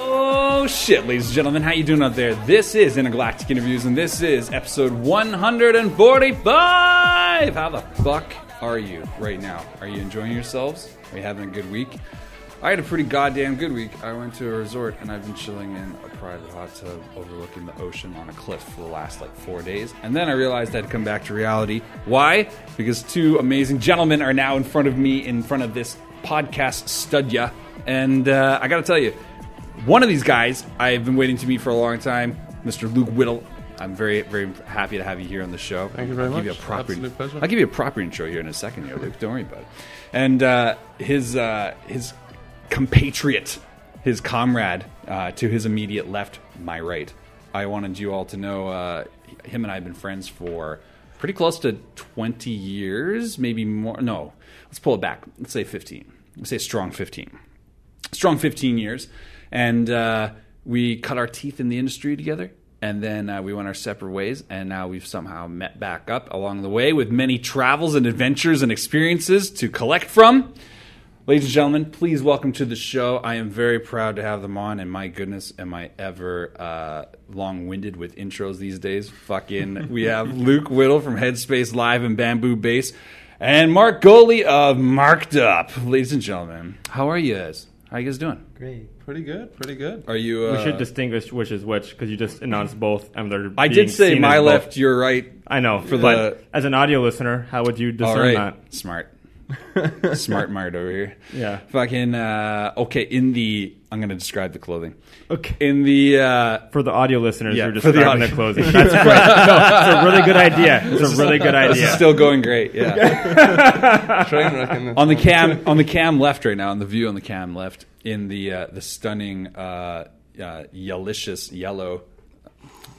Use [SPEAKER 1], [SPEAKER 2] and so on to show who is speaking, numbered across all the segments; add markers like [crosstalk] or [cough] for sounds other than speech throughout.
[SPEAKER 1] Oh, shit, ladies and gentlemen. How you doing out there? This is Intergalactic Interviews, and this is episode 145. How the fuck are you right now? Are you enjoying yourselves? Are you having a good week? I had a pretty goddamn good week. I went to a resort and I've been chilling in a private hot tub overlooking the ocean on a cliff for the last like four days. And then I realized I'd come back to reality. Why? Because two amazing gentlemen are now in front of me, in front of this podcast studia. And uh, I gotta tell you, one of these guys I've been waiting to meet for a long time, Mr. Luke Whittle. I'm very, very happy to have you here on the show. Thank
[SPEAKER 2] you very
[SPEAKER 1] I'll Give you a
[SPEAKER 2] much.
[SPEAKER 1] proper,
[SPEAKER 2] Absolute pleasure.
[SPEAKER 1] I'll give you a proper intro here in a second, here, Luke. Don't worry about it. And uh, his uh, his compatriot, his comrade uh, to his immediate left, my right. I wanted you all to know uh, him and I have been friends for pretty close to 20 years, maybe more. No, let's pull it back. Let's say 15. Let's say a strong 15 strong 15 years, and uh, we cut our teeth in the industry together. And then uh, we went our separate ways, and now we've somehow met back up along the way with many travels and adventures and experiences to collect from. Ladies and gentlemen, please welcome to the show. I am very proud to have them on, and my goodness, am I ever uh, long winded with intros these days. Fucking, we [laughs] have Luke Whittle from Headspace Live and Bamboo Bass, and Mark Goley of Marked Up. Ladies and gentlemen, how are you guys? How you guys doing?
[SPEAKER 3] Great.
[SPEAKER 2] Pretty good, pretty good.
[SPEAKER 1] Are you? Uh,
[SPEAKER 4] We should distinguish which is which because you just announced both, and they're.
[SPEAKER 1] I
[SPEAKER 4] being
[SPEAKER 1] did say
[SPEAKER 4] seen
[SPEAKER 1] my
[SPEAKER 4] as both.
[SPEAKER 1] left, your right.
[SPEAKER 4] I know,
[SPEAKER 1] for
[SPEAKER 4] but
[SPEAKER 1] the-
[SPEAKER 4] as an audio listener, how would you
[SPEAKER 1] All
[SPEAKER 4] discern
[SPEAKER 1] right,
[SPEAKER 4] that? [laughs]
[SPEAKER 1] smart, smart, Mart over here.
[SPEAKER 4] Yeah.
[SPEAKER 1] Fucking uh, okay. In the, I'm gonna describe the clothing.
[SPEAKER 4] Okay.
[SPEAKER 1] In the. Uh,
[SPEAKER 4] For the audio listeners,
[SPEAKER 1] Yeah,
[SPEAKER 4] you're
[SPEAKER 1] for the
[SPEAKER 4] describing
[SPEAKER 1] audio-
[SPEAKER 4] the
[SPEAKER 1] [laughs]
[SPEAKER 4] closing. That's great. No, it's a really good idea. It's a really good
[SPEAKER 1] This is
[SPEAKER 4] idea.
[SPEAKER 1] still going great. Yeah.
[SPEAKER 4] [laughs]
[SPEAKER 2] Train wreck in this
[SPEAKER 1] on the
[SPEAKER 2] one.
[SPEAKER 1] cam, on the cam left right now, on the view on the cam left, in the uh, the stunning uh, uh, yellicious yellow.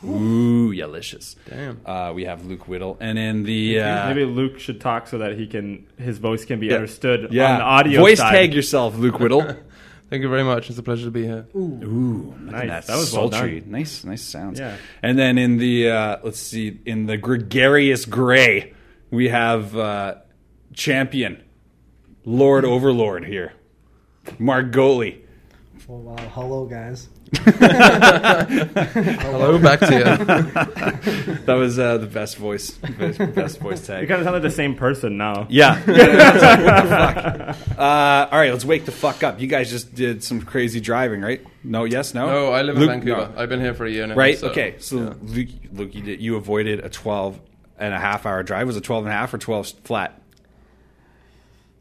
[SPEAKER 1] Ooh, yellicious.
[SPEAKER 2] Damn.
[SPEAKER 1] Uh, we have Luke Whittle, and in the uh,
[SPEAKER 4] Maybe Luke should talk so that he can his voice can be understood
[SPEAKER 1] yeah,
[SPEAKER 4] on the audio
[SPEAKER 1] voice
[SPEAKER 4] side.
[SPEAKER 1] tag yourself, Luke
[SPEAKER 2] [laughs]
[SPEAKER 1] Whittle.
[SPEAKER 2] Thank you very much. It's a pleasure to be here.
[SPEAKER 1] Ooh, nice.
[SPEAKER 4] Nice.
[SPEAKER 1] That,
[SPEAKER 4] That was well
[SPEAKER 1] sultry. nice, nice sounds.
[SPEAKER 4] Yeah.
[SPEAKER 1] And then in the uh, let's see, in the gregarious gray, we have uh, champion, Lord Overlord here, Mark Goley.
[SPEAKER 3] Oh, wow. Hello, guys.
[SPEAKER 2] Hello, [laughs] back to
[SPEAKER 1] [laughs] That was uh, the best voice, best, best voice
[SPEAKER 4] You
[SPEAKER 1] tag.
[SPEAKER 4] kind of sound like the same person now.
[SPEAKER 1] Yeah. [laughs] Yeah, that's like, what the fuck? Uh, all right, let's wake the fuck up. You guys just did some crazy driving, right? No, yes, no.
[SPEAKER 2] you. No, Oh, I live in
[SPEAKER 1] Luke,
[SPEAKER 2] Vancouver.
[SPEAKER 1] no.
[SPEAKER 2] I've been here for a year now.
[SPEAKER 1] Right.
[SPEAKER 2] so-
[SPEAKER 1] okay. So Luke, Luke, you did you avoided a 12 and a half hour drive. Was it 12 and a half or 12 flat?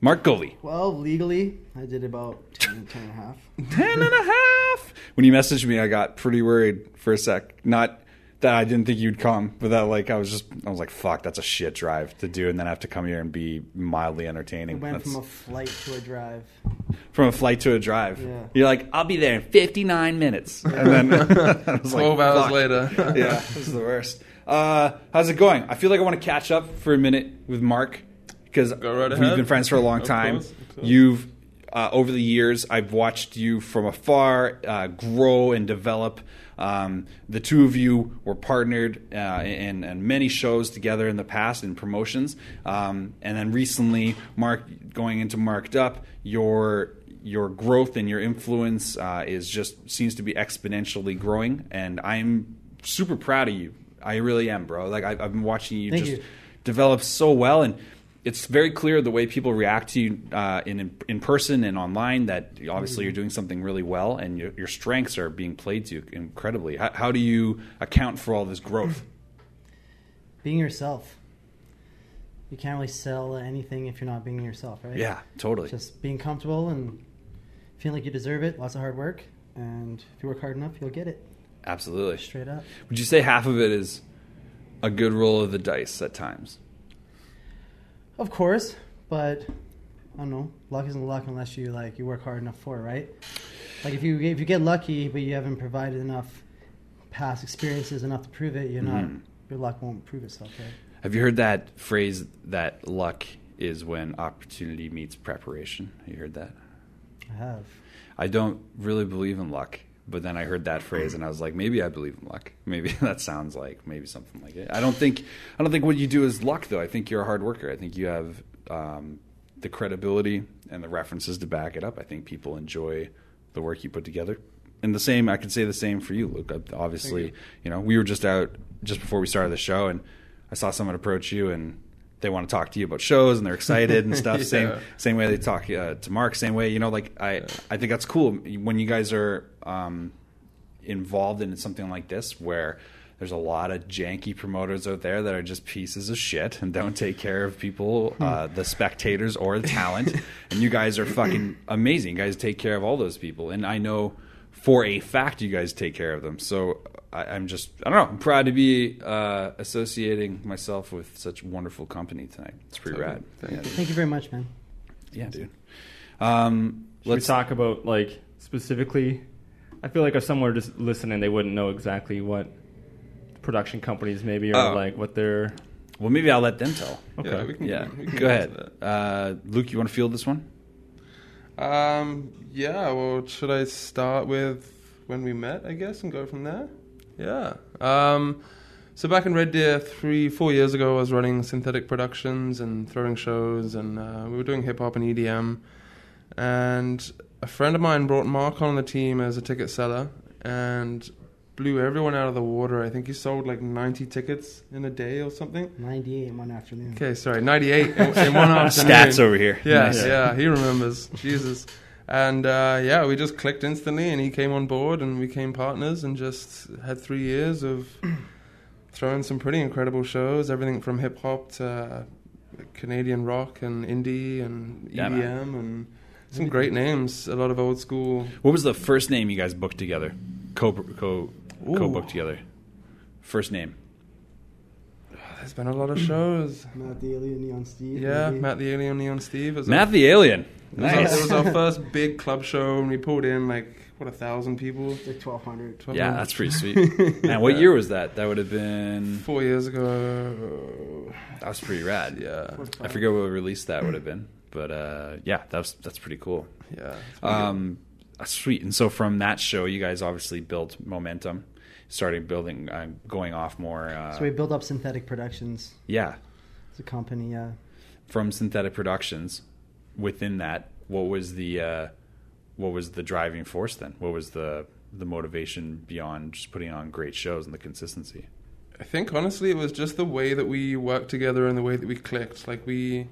[SPEAKER 1] Mark Goley.
[SPEAKER 3] Well, legally, I did about 10, 10 and a half.
[SPEAKER 1] 10 and a half. When you messaged me, I got pretty worried for a sec. Not that I didn't think you'd come, but that like I was just I was like, fuck, that's a shit drive to do and then have to come here and be mildly
[SPEAKER 3] I
[SPEAKER 1] entertaining.
[SPEAKER 3] went
[SPEAKER 1] That's-
[SPEAKER 3] from a flight to a drive.
[SPEAKER 1] from a flight to a drive.
[SPEAKER 3] Yeah.
[SPEAKER 1] You're like, I'll be there in 59 minutes. [laughs] And then I was like,
[SPEAKER 2] 12 hours
[SPEAKER 1] fuck.
[SPEAKER 2] later.
[SPEAKER 1] [laughs] yeah, this is the worst. Uh, how's it going? I feel like I want to catch up for a minute with Mark because
[SPEAKER 2] right
[SPEAKER 1] we've
[SPEAKER 2] ahead.
[SPEAKER 1] been friends for a long
[SPEAKER 2] Of
[SPEAKER 1] time.
[SPEAKER 2] course, of course.
[SPEAKER 1] You've uh, over the years, I've watched you from afar uh, grow and develop. Um, the two of you were partnered uh, in, in many shows together in the past in promotions, um, and then recently, Mark going into Marked Up, your your growth and your influence uh, is just seems to be exponentially growing, and I'm super proud of you. I really am, bro. Like I, I've been watching you
[SPEAKER 3] Thank
[SPEAKER 1] just
[SPEAKER 3] you.
[SPEAKER 1] develops so well and it's very clear the way people react to you uh, in in person and online that obviously
[SPEAKER 3] Mm-hmm.
[SPEAKER 1] you're doing something really well and your, your strengths are being played to incredibly. How, how do you account for all this growth?
[SPEAKER 3] Being yourself. You can't really sell anything if you're not being yourself, [laughs] right?
[SPEAKER 1] Yeah, totally.
[SPEAKER 3] Just being comfortable and feeling like you deserve it. Lots of hard work. And if you work hard enough, you'll get it.
[SPEAKER 1] Absolutely.
[SPEAKER 3] Straight up.
[SPEAKER 1] Would you say half of it is a good roll of the dice at times?
[SPEAKER 3] Of course, but I don't know. Luck isn't luck unless you like you work hard enough for it, right? Like if you if you get lucky but you haven't provided enough past experiences enough to prove it, you're not
[SPEAKER 2] Mm-hmm.
[SPEAKER 3] your luck won't prove itself, right?
[SPEAKER 1] Have you heard that phrase that luck is when opportunity meets preparation? Have you heard that?
[SPEAKER 3] I have.
[SPEAKER 1] I don't really believe in luck. But then I heard that phrase and I was like, maybe I believe in luck. [laughs] Maybe that sounds like maybe something like it. I don't think I don't think what you do is luck though. I think you're a hard worker. I think you have um, the credibility and the references to back it up. I think people enjoy the work you put together. and the same, I could say the same for you, Luke. Ob- Obviously, you. know, we were just out just before we started the show, and I saw someone approach you, and they want to talk to you about shows, and they're excited and stuff. Same
[SPEAKER 2] Yeah.
[SPEAKER 1] same way they talk uh, to Mark. Same way, you know, like I I think that's cool when you guys are um, involved in something like this where. There's a lot of janky promoters out there that are just pieces of shit and don't take care of people,
[SPEAKER 2] Hmm.
[SPEAKER 1] uh, the spectators or the
[SPEAKER 2] [laughs]
[SPEAKER 1] talent. and you guys are fucking amazing. You guys take care of all those people. And I know for a fact you guys take care of them. So I, I'm just, I don't know, I'm proud to be uh, associating myself with such wonderful company tonight. It's pretty
[SPEAKER 2] Totally.
[SPEAKER 1] rad.
[SPEAKER 2] Thank
[SPEAKER 1] yeah,
[SPEAKER 2] you.
[SPEAKER 3] Thank you very much, man.
[SPEAKER 1] yeah, dude. Um,
[SPEAKER 4] Should
[SPEAKER 1] let's
[SPEAKER 4] we talk about like specifically? I feel like if someone were just listening, they wouldn't know exactly what production companies maybe or
[SPEAKER 1] Oh.
[SPEAKER 4] like what they're.
[SPEAKER 1] Well, maybe I'll let them
[SPEAKER 2] [laughs]
[SPEAKER 1] tell.
[SPEAKER 4] Okay.
[SPEAKER 2] Yeah, we can,
[SPEAKER 1] Yeah,
[SPEAKER 2] we can
[SPEAKER 1] go
[SPEAKER 2] get
[SPEAKER 1] ahead.
[SPEAKER 2] to
[SPEAKER 1] Uh, Luke, you want to field this one?
[SPEAKER 2] that. Um, yeah, well, should I start with when we met, I guess, and go from there? Yeah. Um, so back in Red Deer, three, four years ago, I was running synthetic productions and throwing shows, and uh, we were doing hip hop and EDM. And a friend of mine brought Mark on the team as a ticket seller and blew everyone out of the water. I think he sold like 90 tickets in a day or something.
[SPEAKER 3] 98 in one afternoon.
[SPEAKER 2] Okay, sorry, 98 in,
[SPEAKER 1] [laughs]
[SPEAKER 2] in one afternoon.
[SPEAKER 1] Stats over here.
[SPEAKER 2] Yeah,
[SPEAKER 1] Nice.
[SPEAKER 2] yeah, he remembers. Jesus. And uh, yeah, we just clicked instantly, and he came on board, and we became partners, and just had three years of throwing some pretty incredible shows. Everything from hip hop to uh, Canadian rock and indie and
[SPEAKER 1] Yeah, man.
[SPEAKER 2] EDM, and some great names. A lot of old school.
[SPEAKER 1] What was the first name you guys booked together? Co co co
[SPEAKER 2] Ooh.
[SPEAKER 1] booked together. First name.
[SPEAKER 2] There's been a lot of shows.
[SPEAKER 3] Matt Daly and Neon Steve.
[SPEAKER 2] Yeah,
[SPEAKER 3] maybe.
[SPEAKER 2] Matt the Alien, Neon Steve. was
[SPEAKER 1] Matt the Alien.
[SPEAKER 2] It was, our, it
[SPEAKER 1] Nice.
[SPEAKER 2] was our first big club show, and we pulled in like what a thousand people.
[SPEAKER 3] Like 1,200.
[SPEAKER 2] 1200.
[SPEAKER 1] Yeah, that's pretty
[SPEAKER 2] [laughs]
[SPEAKER 1] sweet. Man, what year was that? That would have been.
[SPEAKER 2] Four years ago,
[SPEAKER 1] That was pretty rad.
[SPEAKER 2] yeah,
[SPEAKER 1] I forget what release that would have been, but uh, yeah, that's that's pretty cool.
[SPEAKER 2] yeah.
[SPEAKER 1] Um, uh, sweet. And so from that show, you guys obviously built momentum, starting building, uh, going off more. Uh,
[SPEAKER 3] So we built up Synthetic Productions.
[SPEAKER 1] yeah,
[SPEAKER 3] It's a company, yeah.
[SPEAKER 1] from Synthetic Productions. Within that, what was the uh, what was the driving force then? What was the the motivation beyond just putting on great shows and the consistency?
[SPEAKER 2] I think honestly, it was just the way that we worked together and the way that we clicked. Like we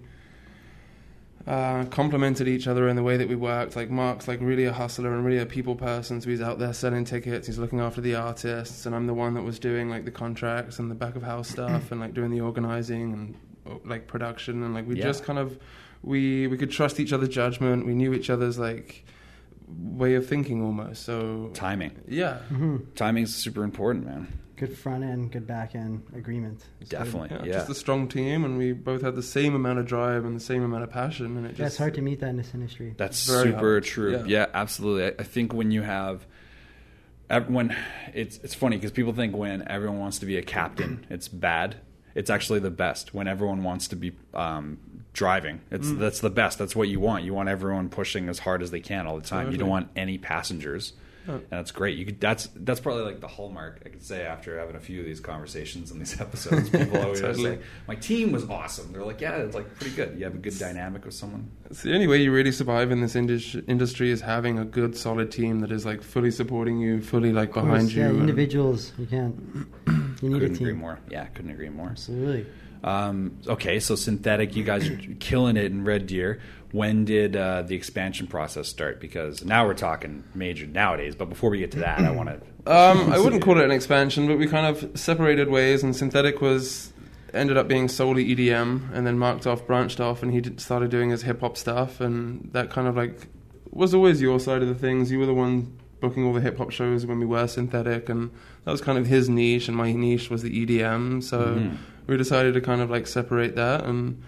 [SPEAKER 2] uh, complemented each other in the way that we worked. Like Mark's like really a hustler and really a people person, so he's out there selling tickets. He's looking after the artists, and I'm the one that was doing like the contracts and the back
[SPEAKER 1] [clears throat]
[SPEAKER 2] of house stuff and like doing the organizing and uh, like production and like we
[SPEAKER 1] Yeah.
[SPEAKER 2] just kind of we we could trust each other's judgment. We knew each other's like way of thinking almost. So
[SPEAKER 1] Timing,
[SPEAKER 2] yeah,
[SPEAKER 1] timing's super important, man.
[SPEAKER 3] Good front end, good back end agreement.
[SPEAKER 1] Definitely,
[SPEAKER 2] Yeah,
[SPEAKER 1] yeah.
[SPEAKER 2] just a strong team, and we both had the same amount of drive and the same amount of passion, and it just
[SPEAKER 3] Yeah, it's hard to meet that in this industry.
[SPEAKER 1] That's
[SPEAKER 2] Very
[SPEAKER 1] super
[SPEAKER 2] hard.
[SPEAKER 1] true. Yeah.
[SPEAKER 2] Yeah.
[SPEAKER 1] absolutely. I, I think when you have everyone, it's it's funny because people think when everyone wants to be a captain,
[SPEAKER 2] [clears throat]
[SPEAKER 1] it's bad. It's actually the best when everyone wants to be um, driving. It's
[SPEAKER 2] Mm.
[SPEAKER 1] that's the best. That's what you want. You want everyone pushing as hard as they can all the time. You don't
[SPEAKER 2] Totally.
[SPEAKER 1] want any passengers, and that's great. You could, that's that's probably like the hallmark I could say after having a few of these conversations and these [laughs] episodes.
[SPEAKER 2] [laughs]
[SPEAKER 1] People always
[SPEAKER 2] Totally.
[SPEAKER 1] say my team was awesome. They're like, yeah, it's like pretty good. You have a good dynamic with someone.
[SPEAKER 2] It's the only way you really survive in this industry, industry is having a good, solid team that is like fully supporting you, fully like
[SPEAKER 3] Of course,
[SPEAKER 2] behind you.
[SPEAKER 3] Yeah,
[SPEAKER 2] and-
[SPEAKER 3] individuals. You can't. You need
[SPEAKER 1] Couldn't
[SPEAKER 3] a team.
[SPEAKER 1] agree more. Yeah, couldn't agree more.
[SPEAKER 3] Absolutely.
[SPEAKER 1] Um, okay, so synthetic, you guys [clears throat] are killing it in Red Deer. When did uh, the expansion process start? Because now we're talking major nowadays. But before we get to that, I want to.
[SPEAKER 2] Um, I wouldn't call it an expansion, but we kind of separated ways, and synthetic was ended up being solely EDM, and then marked off, branched off, and he did, started doing his hip hop stuff, and that kind of like was always your side of the things. You were the one booking all the hip hop shows when we were synthetic, and that was kind of his niche, and my niche was the EDM. So
[SPEAKER 1] Mhm.
[SPEAKER 2] we decided to kind of like separate that, and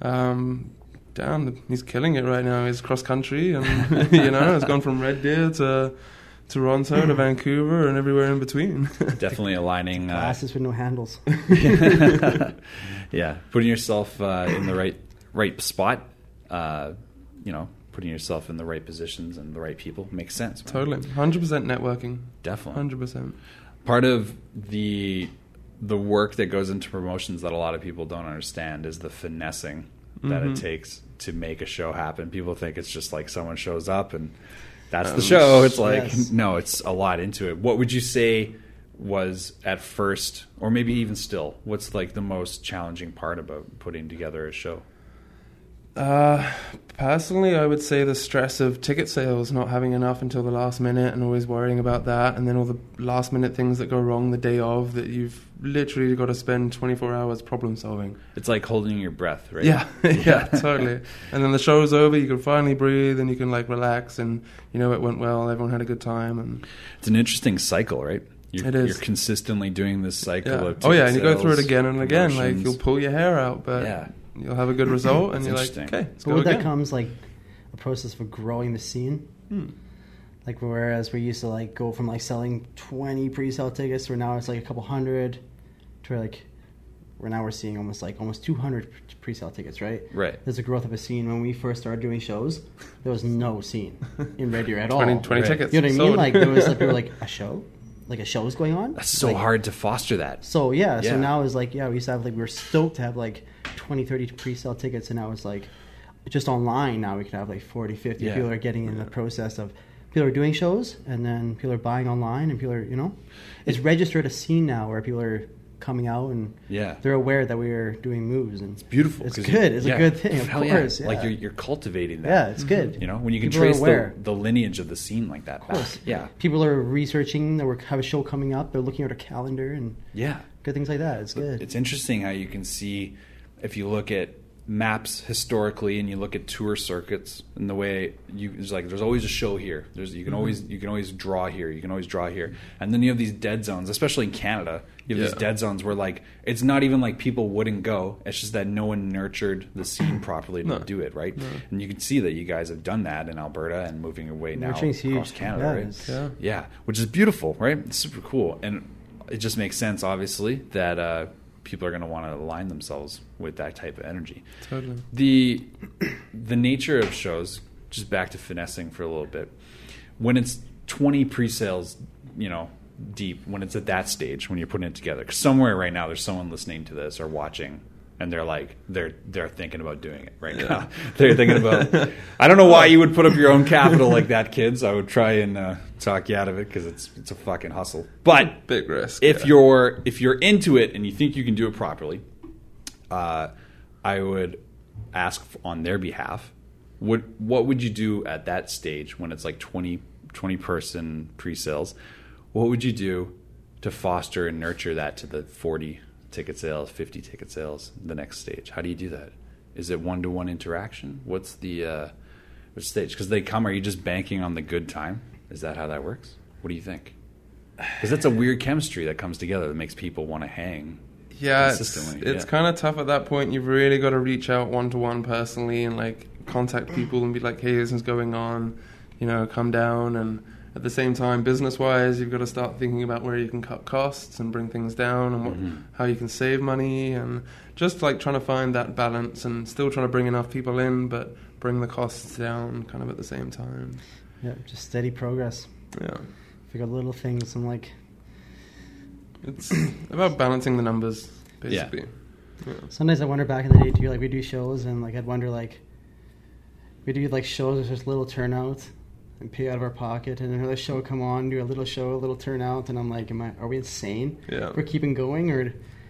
[SPEAKER 2] um, damn, he's killing it right now. He's cross country, and [laughs] you know, it's gone from Red Deer to Toronto to Vancouver and everywhere in between. [laughs]
[SPEAKER 3] [laughs]
[SPEAKER 1] Definitely aligning. Uh,
[SPEAKER 3] Glasses with no handles.
[SPEAKER 1] [laughs]
[SPEAKER 3] [laughs]
[SPEAKER 1] yeah, putting yourself uh, in the right right spot. Uh, you know, putting yourself in the right positions and the right people makes sense. man.
[SPEAKER 2] totally, hundred percent networking,
[SPEAKER 1] definitely.
[SPEAKER 2] hundred percent.
[SPEAKER 1] part of the the work that goes into promotions that a lot of people don't understand is the finessing that it
[SPEAKER 2] Mhm.
[SPEAKER 1] takes to make a show happen. People think it's just like someone shows up and that's
[SPEAKER 2] Um,
[SPEAKER 1] the show. It's like
[SPEAKER 3] yes.
[SPEAKER 1] no, it's a lot into it. What would you say was at first, or maybe even still, what's like the most challenging part about putting together a show?
[SPEAKER 2] Uh, personally, I would say the stress of ticket sales, not having enough until the last minute, and always worrying about that, and then all the last minute things that go wrong the day of that you've literally got to spend 24 hours problem solving.
[SPEAKER 1] It's like holding your breath, right?
[SPEAKER 2] Yeah, [laughs]
[SPEAKER 1] [laughs]
[SPEAKER 2] yeah, totally. And then the show's over, you can finally breathe, and you can like relax, and you know it went well. Everyone had a good time, and
[SPEAKER 1] It's an interesting cycle, right? You're,
[SPEAKER 2] It is.
[SPEAKER 1] You're consistently doing this cycle
[SPEAKER 2] yeah.
[SPEAKER 1] of
[SPEAKER 2] oh yeah,
[SPEAKER 1] ticket
[SPEAKER 2] and you go through it
[SPEAKER 1] sales,
[SPEAKER 2] again and again. Like
[SPEAKER 1] promotions.
[SPEAKER 2] you'll pull your hair out, but
[SPEAKER 1] yeah,
[SPEAKER 2] you'll have a good result, and
[SPEAKER 1] That's
[SPEAKER 2] you're like,
[SPEAKER 1] interesting.
[SPEAKER 2] okay, let's
[SPEAKER 3] But
[SPEAKER 2] go
[SPEAKER 3] with that
[SPEAKER 2] again.
[SPEAKER 3] comes like a process for growing the scene.
[SPEAKER 2] Hmm.
[SPEAKER 3] Like whereas we used to like go from like selling twenty pre-sale tickets, where now it's like a couple hundred, to like where now we're seeing almost like almost two hundred pre-sale tickets, right?
[SPEAKER 1] right.
[SPEAKER 3] There's a growth of a scene. When we first started doing shows, there was no scene in Red Deer at all.
[SPEAKER 2] 20, 20
[SPEAKER 1] Right.
[SPEAKER 2] tickets.
[SPEAKER 3] You know what I mean?
[SPEAKER 2] sold.
[SPEAKER 3] Like there was like we
[SPEAKER 1] [laughs]
[SPEAKER 2] [laughs]
[SPEAKER 3] were like a show, like a show is going on.
[SPEAKER 1] That's so
[SPEAKER 3] Like,
[SPEAKER 1] hard to foster that.
[SPEAKER 3] So yeah,
[SPEAKER 1] Yeah.
[SPEAKER 3] so now it's like yeah, we used to have like we were stoked to have like 20, 30 pre-sale tickets, and now it's like just online now we can have like 40, 50
[SPEAKER 1] Yeah.
[SPEAKER 3] people are getting in the process of people are doing shows and then people are buying online and people are you know it's registered a scene now where people are coming out and
[SPEAKER 1] Yeah.
[SPEAKER 3] they're aware that we are doing moves and it's
[SPEAKER 1] Beautiful.
[SPEAKER 3] It's
[SPEAKER 1] 'cause
[SPEAKER 3] good.
[SPEAKER 1] you-
[SPEAKER 3] It's
[SPEAKER 1] yeah.
[SPEAKER 3] a good thing. Of
[SPEAKER 1] Hell yeah.
[SPEAKER 3] course. Yeah.
[SPEAKER 1] Like you're, you're cultivating that.
[SPEAKER 3] yeah, it's good.
[SPEAKER 1] You know, when you can
[SPEAKER 3] People are
[SPEAKER 1] trace the,
[SPEAKER 3] aware.
[SPEAKER 1] the lineage of the scene like that.
[SPEAKER 3] Of course.
[SPEAKER 1] Back. Yeah.
[SPEAKER 3] People are researching. They have a show coming up. They're looking at a calendar and
[SPEAKER 1] Yeah.
[SPEAKER 3] good things like that. It's good.
[SPEAKER 1] It's interesting how you can see if you look at maps historically and you look at tour circuits and the way you it's like there's always a show here. There's
[SPEAKER 2] Mm-hmm.
[SPEAKER 1] you can always you can always draw here. You can always draw here. And then you have these dead zones, especially in Canada. You have
[SPEAKER 2] Yeah.
[SPEAKER 1] these dead zones where like it's not even like people wouldn't go. It's just that no one nurtured the scene
[SPEAKER 2] [clears throat]
[SPEAKER 1] properly to
[SPEAKER 2] No.
[SPEAKER 1] do it, right? And you can see that you guys have done that in Alberta and moving away now
[SPEAKER 3] Nurturing's
[SPEAKER 1] across
[SPEAKER 3] huge.
[SPEAKER 1] Canada,
[SPEAKER 3] Yeah,
[SPEAKER 1] right?
[SPEAKER 3] it's-
[SPEAKER 2] yeah.
[SPEAKER 1] Yeah, which is beautiful, right? It's super cool, and it just makes sense, obviously, that uh, people are going to want to align themselves with that type of energy.
[SPEAKER 2] Totally.
[SPEAKER 1] The the nature of shows, just back to finessing for a little bit, when it's twenty pre-sales, you know, deep, when it's at that stage, when you're putting it together, 'cause somewhere right now there's someone listening to this or watching. And they're like they're they're thinking about doing it right now. [laughs] they're thinking about. I don't know why you would put up your own capital like that, kids. I would try and uh, talk you out of it because it's it's a fucking hustle. But
[SPEAKER 2] Big risk.
[SPEAKER 1] if
[SPEAKER 2] yeah.
[SPEAKER 1] you're if you're into it and you think you can do it properly, uh, I would ask on their behalf. What what would you do at that stage when it's like 20, 20 person pre sales? What would you do to foster and nurture that to the forty ticket sales, fifty ticket sales, the next stage? How do you do that? Is it one to one interaction? What's the uh, which stage? Because they come, are you just banking on the good time? Is that how that works? What do you think? Because that's a weird chemistry that comes together that makes people want to hang.
[SPEAKER 2] yeah, it's,
[SPEAKER 1] consistently,
[SPEAKER 2] it's
[SPEAKER 1] yeah.
[SPEAKER 2] kind of tough at that point. You've really got to reach out one to one personally and like contact people and be like, "Hey, this is going on," you know, come down. And at the same time, business wise, you've got to start thinking about where you can cut costs and bring things down, and what,
[SPEAKER 1] Mm-hmm.
[SPEAKER 2] how you can save money, and just like trying to find that balance and still trying to bring enough people in, but bring the costs down kind of at the same time.
[SPEAKER 3] yeah, just steady progress.
[SPEAKER 2] Yeah,
[SPEAKER 3] Figure out little things and like
[SPEAKER 2] it's [coughs] about balancing the numbers basically. Yeah.
[SPEAKER 3] sometimes I wonder back in the day too, like we do shows and like I'd wonder like we do like shows with just little turnouts and pay out of our pocket and another show come on, do a little show, a little turnout, and I'm like, Am I are we insane?
[SPEAKER 2] Yeah.
[SPEAKER 3] We're keeping going or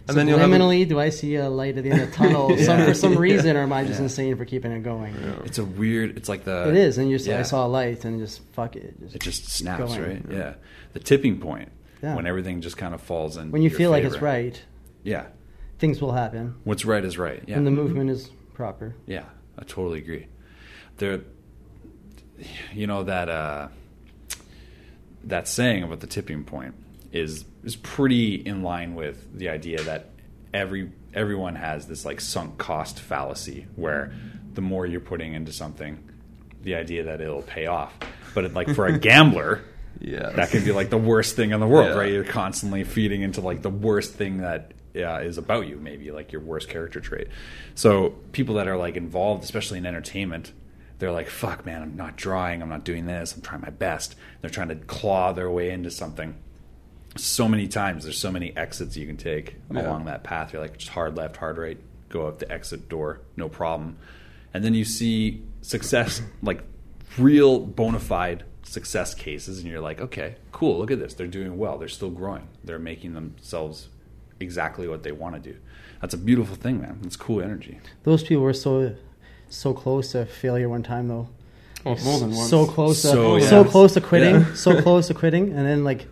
[SPEAKER 2] And then you'll have a-
[SPEAKER 3] subliminally do I see a light at the end of the tunnel
[SPEAKER 1] Yeah.
[SPEAKER 3] some, for
[SPEAKER 2] [laughs]
[SPEAKER 3] some
[SPEAKER 2] Yeah.
[SPEAKER 3] reason or am I just
[SPEAKER 1] Yeah.
[SPEAKER 3] insane for keeping it going?
[SPEAKER 2] Yeah.
[SPEAKER 1] It's a weird. It's like the
[SPEAKER 3] It is, and you just
[SPEAKER 1] Uh, yeah.
[SPEAKER 3] I saw a light and just fuck it.
[SPEAKER 1] it just snaps,
[SPEAKER 3] going.
[SPEAKER 1] right? Yeah. the tipping point
[SPEAKER 3] Yeah.
[SPEAKER 1] when everything just kind of falls in.
[SPEAKER 3] when you
[SPEAKER 1] your
[SPEAKER 3] feel like it's
[SPEAKER 1] favor.
[SPEAKER 3] right,
[SPEAKER 1] Yeah,
[SPEAKER 3] things will happen.
[SPEAKER 1] what's right is right. Yeah,
[SPEAKER 3] And the movement is proper.
[SPEAKER 1] yeah, I totally agree. There, you know that uh, that saying about the tipping point is is pretty in line with the idea that every everyone has this like sunk cost fallacy where the more you're putting into something, the idea that it'll pay off. But it, like for a gambler,
[SPEAKER 2] Yeah,
[SPEAKER 1] that could be like the worst thing in the world,
[SPEAKER 2] Yeah.
[SPEAKER 1] right? You're constantly feeding into like the worst thing that uh, is about you, maybe like your worst character trait. So people that are like involved, especially in entertainment, they're like, "Fuck, man, I'm not drawing. I'm not doing this. I'm trying my best." They're trying to claw their way into something. So many times, there's so many exits you can take
[SPEAKER 2] Yeah.
[SPEAKER 1] along that path. You're like just hard left, hard right, go out the exit door, no problem. And then you see success [laughs] like real bona fide success cases, and you're like, okay, cool, look at this. They're doing well. They're still growing. They're making themselves exactly what they want to do. That's a beautiful thing, man. It's cool energy.
[SPEAKER 3] Those people were so so close to failure one time though.
[SPEAKER 2] Well, more than once.
[SPEAKER 3] So close to
[SPEAKER 1] So,
[SPEAKER 3] so,
[SPEAKER 1] yeah.
[SPEAKER 3] close to quitting.
[SPEAKER 2] Yeah.
[SPEAKER 3] so close to quitting and then like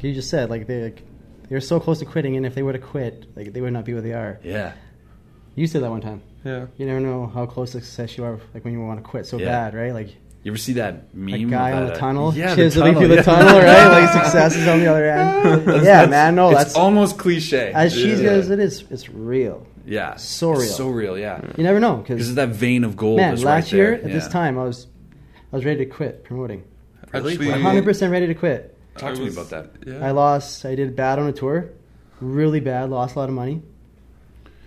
[SPEAKER 3] you just said, like they like, they were so close to quitting and if they were to quit, like they would not be where they are.
[SPEAKER 1] Yeah.
[SPEAKER 3] You said that one time.
[SPEAKER 2] Yeah.
[SPEAKER 3] You never know how close to success you are like when you want to quit so
[SPEAKER 1] Yeah.
[SPEAKER 3] bad, right? Like
[SPEAKER 1] You ever see that meme?
[SPEAKER 3] a guy
[SPEAKER 1] of
[SPEAKER 3] on
[SPEAKER 1] that,
[SPEAKER 3] the
[SPEAKER 1] uh,
[SPEAKER 3] tunnel,
[SPEAKER 1] Yeah, the
[SPEAKER 3] chiseling
[SPEAKER 1] tunnel,
[SPEAKER 3] through
[SPEAKER 1] yeah.
[SPEAKER 3] the tunnel, right? Like
[SPEAKER 1] [laughs]
[SPEAKER 3] success is on the other end. yeah, man. No,
[SPEAKER 1] it's
[SPEAKER 3] that's
[SPEAKER 1] almost cliche.
[SPEAKER 3] as cheesy
[SPEAKER 1] yeah.
[SPEAKER 3] as it is. It's real.
[SPEAKER 1] Yeah,
[SPEAKER 3] So
[SPEAKER 1] It's
[SPEAKER 3] real.
[SPEAKER 1] So real, yeah.
[SPEAKER 3] You never know
[SPEAKER 1] Because
[SPEAKER 3] because
[SPEAKER 1] that vein of gold.
[SPEAKER 3] man,
[SPEAKER 1] is
[SPEAKER 3] last
[SPEAKER 1] right
[SPEAKER 3] year
[SPEAKER 1] there.
[SPEAKER 3] at this
[SPEAKER 1] yeah.
[SPEAKER 3] time, I was I was ready to quit promoting.
[SPEAKER 1] Really?
[SPEAKER 2] Actually,
[SPEAKER 1] Wow.
[SPEAKER 3] hundred percent ready to quit.
[SPEAKER 1] Talk to
[SPEAKER 2] I
[SPEAKER 1] me
[SPEAKER 2] was-
[SPEAKER 1] about that.
[SPEAKER 2] Yeah.
[SPEAKER 3] I lost. I did bad on a tour, really bad. Lost a lot of money.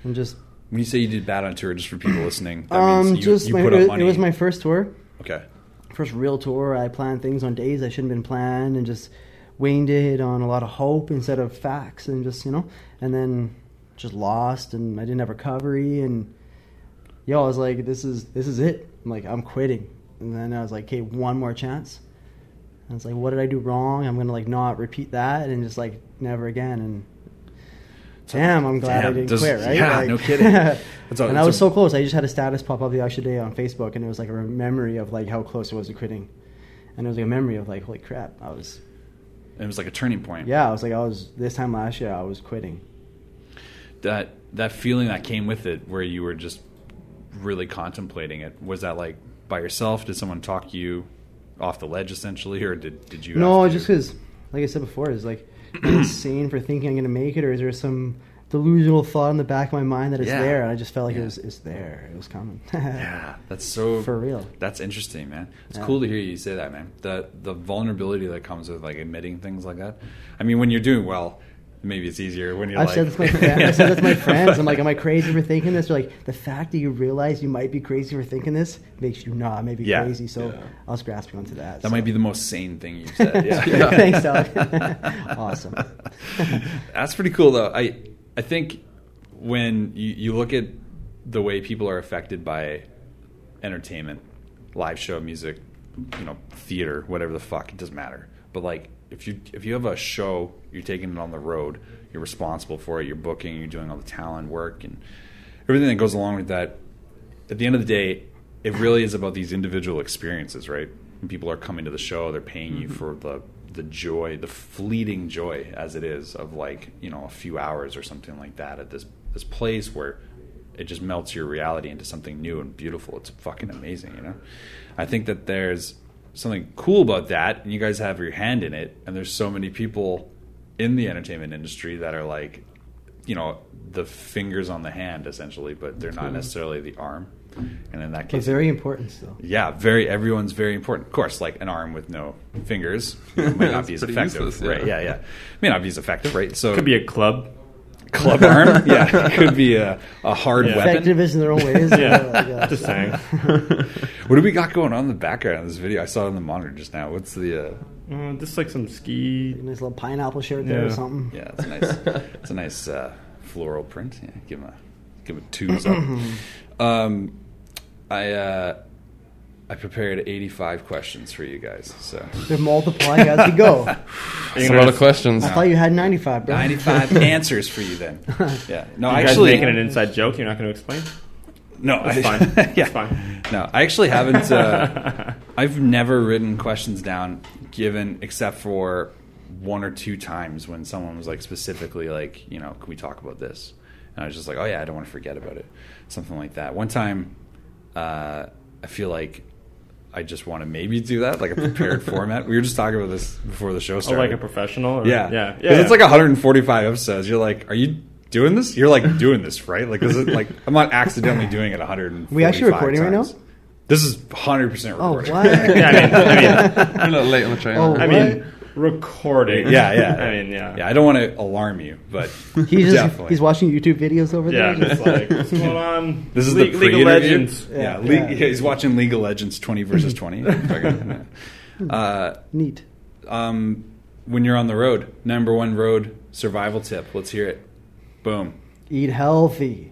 [SPEAKER 3] And just
[SPEAKER 1] When you say you did bad on tour, just for people listening, that
[SPEAKER 3] um,
[SPEAKER 1] means you,
[SPEAKER 3] just
[SPEAKER 1] you
[SPEAKER 3] my,
[SPEAKER 1] put
[SPEAKER 3] it,
[SPEAKER 1] up
[SPEAKER 3] it
[SPEAKER 1] money.
[SPEAKER 3] was my first tour,
[SPEAKER 1] okay.
[SPEAKER 3] first real tour. I planned things on days I shouldn't have been planned, and just waned it on a lot of hope instead of facts, and just you know, and then just lost, and I didn't have recovery, and yo, I was like, this is this is it. I'm like, I'm quitting, and then I was like, okay, one more chance. And it's like, what did I do wrong? I'm gonna like not repeat that, and just like never again, and. Damn, I'm glad I
[SPEAKER 1] Damn,
[SPEAKER 3] didn't
[SPEAKER 1] does-
[SPEAKER 3] quit, right?
[SPEAKER 1] yeah,
[SPEAKER 3] Like-
[SPEAKER 1] no kidding.
[SPEAKER 3] [laughs]
[SPEAKER 1] That's all-
[SPEAKER 3] and I
[SPEAKER 1] that's
[SPEAKER 3] was
[SPEAKER 1] a-
[SPEAKER 3] so close. I just had a status pop up the actual day on Facebook, and it was like a re- memory of like how close I was to quitting, and it was like a memory of like, holy crap, I was.
[SPEAKER 1] It was like a turning point.
[SPEAKER 3] Yeah, I was like, I was this time last year, I was quitting.
[SPEAKER 1] That that feeling that came with it, where you were just really contemplating it, was that like by yourself? Did someone talk you off the ledge essentially, or did did you?
[SPEAKER 3] no,
[SPEAKER 1] have to
[SPEAKER 3] just because, like I said before, is like [clears throat] am I insane for thinking I'm gonna make it, or is there some delusional thought in the back of my mind that it's
[SPEAKER 1] Yeah.
[SPEAKER 3] there, and I just felt like
[SPEAKER 1] Yeah.
[SPEAKER 3] it was it's there, it was coming. [laughs]
[SPEAKER 1] Yeah, that's so
[SPEAKER 3] For real.
[SPEAKER 1] That's interesting, man. It's
[SPEAKER 3] Yeah.
[SPEAKER 1] cool to hear you say that, man. The the vulnerability that comes with like admitting things like that. I mean, when you're doing well, maybe it's easier when you're
[SPEAKER 3] I've
[SPEAKER 1] like.
[SPEAKER 3] said this to my friends. I said this
[SPEAKER 1] [laughs]
[SPEAKER 4] [laughs]
[SPEAKER 3] to my friends. I'm like, am I crazy for thinking this? They're like, the fact that you realize you might be crazy for thinking this makes you not maybe
[SPEAKER 1] Yeah.
[SPEAKER 3] crazy. So
[SPEAKER 2] Yeah.
[SPEAKER 3] I was grasping onto that.
[SPEAKER 1] That might be the most sane thing you've said. Yeah.
[SPEAKER 3] [laughs]
[SPEAKER 2] Yeah.
[SPEAKER 3] Thanks, Alec. [laughs] Awesome.
[SPEAKER 1] [laughs] That's pretty cool, though. I I think when you, you look at the way people are affected by entertainment, live show music, you know, theater, whatever the fuck, it doesn't matter. But like, if you if you have a show, you're taking it on the road, you're responsible for it, you're booking, you're doing all the talent work and everything that goes along with that. At the end of the day, it really is about these individual experiences, right? When people are coming to the show, they're paying you for the the joy, the fleeting joy as it is of like, you know, a few hours or something like that at this this place where it just melts your reality into something new and beautiful. It's fucking amazing, you know. I think that there's something cool about that, and you guys have your hand in it. And there's so many people in the entertainment industry that are like, you know, the fingers on the hand essentially, but they're not necessarily the arm. And in that
[SPEAKER 3] But
[SPEAKER 1] case,
[SPEAKER 3] very important still.
[SPEAKER 1] yeah, very. Everyone's very important. Of course, like an arm with no fingers you know, might not be as
[SPEAKER 2] It's pretty
[SPEAKER 1] effective,
[SPEAKER 2] useless, yeah.
[SPEAKER 1] right? Yeah, yeah, may not be as effective, right? So
[SPEAKER 4] [laughs] Could be a club.
[SPEAKER 1] [laughs] club arm, yeah, could be a, a hard
[SPEAKER 4] Yeah.
[SPEAKER 1] weapon.
[SPEAKER 3] Effective is in their own
[SPEAKER 4] [laughs]
[SPEAKER 3] ways. Like, uh,
[SPEAKER 4] Just saying.
[SPEAKER 1] What do we got going on in the background of this video? I saw it on the monitor just now. What's the? Uh,
[SPEAKER 4] Uh, just like some ski.
[SPEAKER 3] Nice little pineapple shirt there or
[SPEAKER 4] Yeah.
[SPEAKER 3] something.
[SPEAKER 1] yeah, it's a nice.
[SPEAKER 3] [laughs]
[SPEAKER 1] it's a nice uh, floral print. Yeah, give him a give him a twos up.
[SPEAKER 3] Mm-hmm.
[SPEAKER 1] Um, I uh, I prepared 85 questions for you guys. So
[SPEAKER 3] They're multiplying as
[SPEAKER 1] [laughs]
[SPEAKER 3] we go.
[SPEAKER 2] That's a lot of questions.
[SPEAKER 3] I thought you had 95, bro. [laughs]
[SPEAKER 1] 95 answers for you then. Yeah. No,
[SPEAKER 4] You
[SPEAKER 1] actually
[SPEAKER 4] guys making an inside joke. You're not going to explain.
[SPEAKER 1] No, I,
[SPEAKER 4] It's fine.
[SPEAKER 1] [laughs] yeah.
[SPEAKER 4] It's fine.
[SPEAKER 1] No, I actually haven't.
[SPEAKER 4] [laughs]
[SPEAKER 1] Uh, I've never written questions down, given except for one or two times when someone was like specifically like, you know, can we talk about this? And I was just like, oh yeah, I don't want to forget about it, something like that. One time, uh, I feel like I just want to maybe do that, like a
[SPEAKER 4] [laughs]
[SPEAKER 1] prepared format. We were just talking about this before the show
[SPEAKER 4] Oh,
[SPEAKER 1] started.
[SPEAKER 4] like a professional. Or,
[SPEAKER 1] Yeah,
[SPEAKER 4] yeah,
[SPEAKER 1] 'Cause It's like 145 episodes. You're like, are you doing this? You're like doing this, right? Like, is it like I'm not accidentally doing it 100.
[SPEAKER 3] We actually recording right now?
[SPEAKER 1] This is 100 percent [laughs]
[SPEAKER 3] Oh,
[SPEAKER 1] recording.
[SPEAKER 3] what?
[SPEAKER 4] [laughs] [laughs] yeah, I mean,
[SPEAKER 3] [laughs]
[SPEAKER 4] I
[SPEAKER 1] [laughs]
[SPEAKER 2] We're [laughs] a
[SPEAKER 4] mean,
[SPEAKER 2] little late on the train.
[SPEAKER 3] Oh,
[SPEAKER 4] I mean recording.
[SPEAKER 1] yeah, yeah.
[SPEAKER 4] [laughs] I mean, yeah.
[SPEAKER 1] yeah. I don't want to alarm you,
[SPEAKER 3] [laughs]
[SPEAKER 1] but
[SPEAKER 3] He's just
[SPEAKER 1] definitely.
[SPEAKER 3] he's watching YouTube videos over
[SPEAKER 4] Yeah,
[SPEAKER 3] there.
[SPEAKER 4] just like what's going on?
[SPEAKER 1] This is the
[SPEAKER 4] Le- League
[SPEAKER 1] pre
[SPEAKER 4] of Legends.
[SPEAKER 1] Yeah,
[SPEAKER 3] Yeah.
[SPEAKER 1] Le- yeah. he's watching League of Legends 20 versus
[SPEAKER 3] [laughs]
[SPEAKER 1] 20. Fucking- uh,
[SPEAKER 3] [laughs] Neat.
[SPEAKER 1] um, when you're on the road, number one road survival tip. Let's hear it. Boom.
[SPEAKER 3] Eat healthy.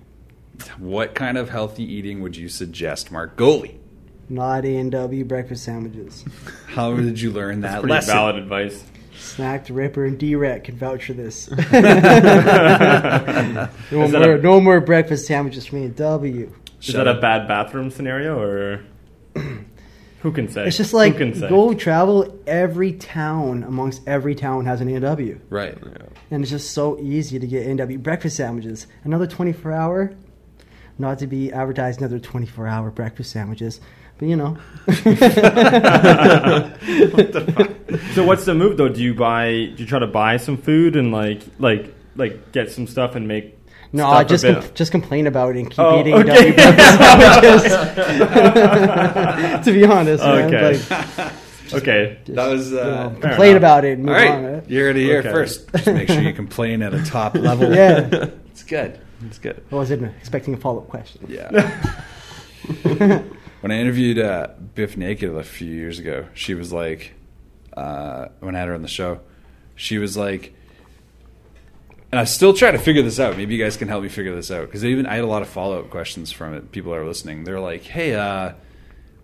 [SPEAKER 1] What kind of healthy eating would you suggest, Mark Goalie?
[SPEAKER 3] not A and W breakfast sandwiches.
[SPEAKER 1] How did you learn that
[SPEAKER 4] Pretty
[SPEAKER 1] lesson?
[SPEAKER 4] valid
[SPEAKER 1] [laughs]
[SPEAKER 4] advice. [laughs]
[SPEAKER 3] Snacked Ripper and D-Rec can vouch for this. no,
[SPEAKER 4] Is that
[SPEAKER 3] more,
[SPEAKER 4] a-
[SPEAKER 3] no more breakfast sandwiches for me and W.
[SPEAKER 4] Is
[SPEAKER 1] Shut
[SPEAKER 4] that a
[SPEAKER 1] up.
[SPEAKER 4] bad bathroom scenario or [clears throat] who can say?
[SPEAKER 3] It's just
[SPEAKER 4] who
[SPEAKER 3] like
[SPEAKER 4] can say?
[SPEAKER 3] go travel. Every town amongst every town has an A and W,
[SPEAKER 1] Right.
[SPEAKER 3] and it's just so easy to get A and W breakfast sandwiches. Another twenty-four hour, not to be advertised. Another twenty-four hour breakfast sandwiches, but
[SPEAKER 4] [laughs]
[SPEAKER 3] you know,
[SPEAKER 4] So what's the move though? Do you buy? Do you try to buy some food and like like like get some stuff and make?
[SPEAKER 3] no,
[SPEAKER 4] stuff a
[SPEAKER 3] just
[SPEAKER 4] bit-
[SPEAKER 3] com- just complain about it and keep
[SPEAKER 4] Oh,
[SPEAKER 3] eating
[SPEAKER 4] okay.
[SPEAKER 3] A&W
[SPEAKER 4] [laughs]
[SPEAKER 1] [laughs]
[SPEAKER 3] breakfast sandwiches. to be honest,
[SPEAKER 4] [laughs]
[SPEAKER 3] man,
[SPEAKER 4] Okay.
[SPEAKER 3] like,
[SPEAKER 4] okay.
[SPEAKER 1] That was.
[SPEAKER 3] you
[SPEAKER 1] Uh,
[SPEAKER 3] know, complain
[SPEAKER 4] enough.
[SPEAKER 3] about it and
[SPEAKER 1] all
[SPEAKER 3] move on.
[SPEAKER 1] right.
[SPEAKER 3] Right?
[SPEAKER 1] You're going to hear it
[SPEAKER 4] Okay.
[SPEAKER 1] first. [laughs] Just make sure you complain at a [laughs] top level.
[SPEAKER 4] [laughs]
[SPEAKER 3] Yeah,
[SPEAKER 1] It's good. It's good.
[SPEAKER 3] I wasn't expecting a follow-up question.
[SPEAKER 1] Yeah. [laughs] when I interviewed uh, Biff Naked a few years ago, she was like, uh, when I had her on the show, she was like, and I'm still trying to figure this out. Maybe you guys can help me figure this out because even I had a lot of follow up questions from it. People that are listening. They're like, "Hey, uh,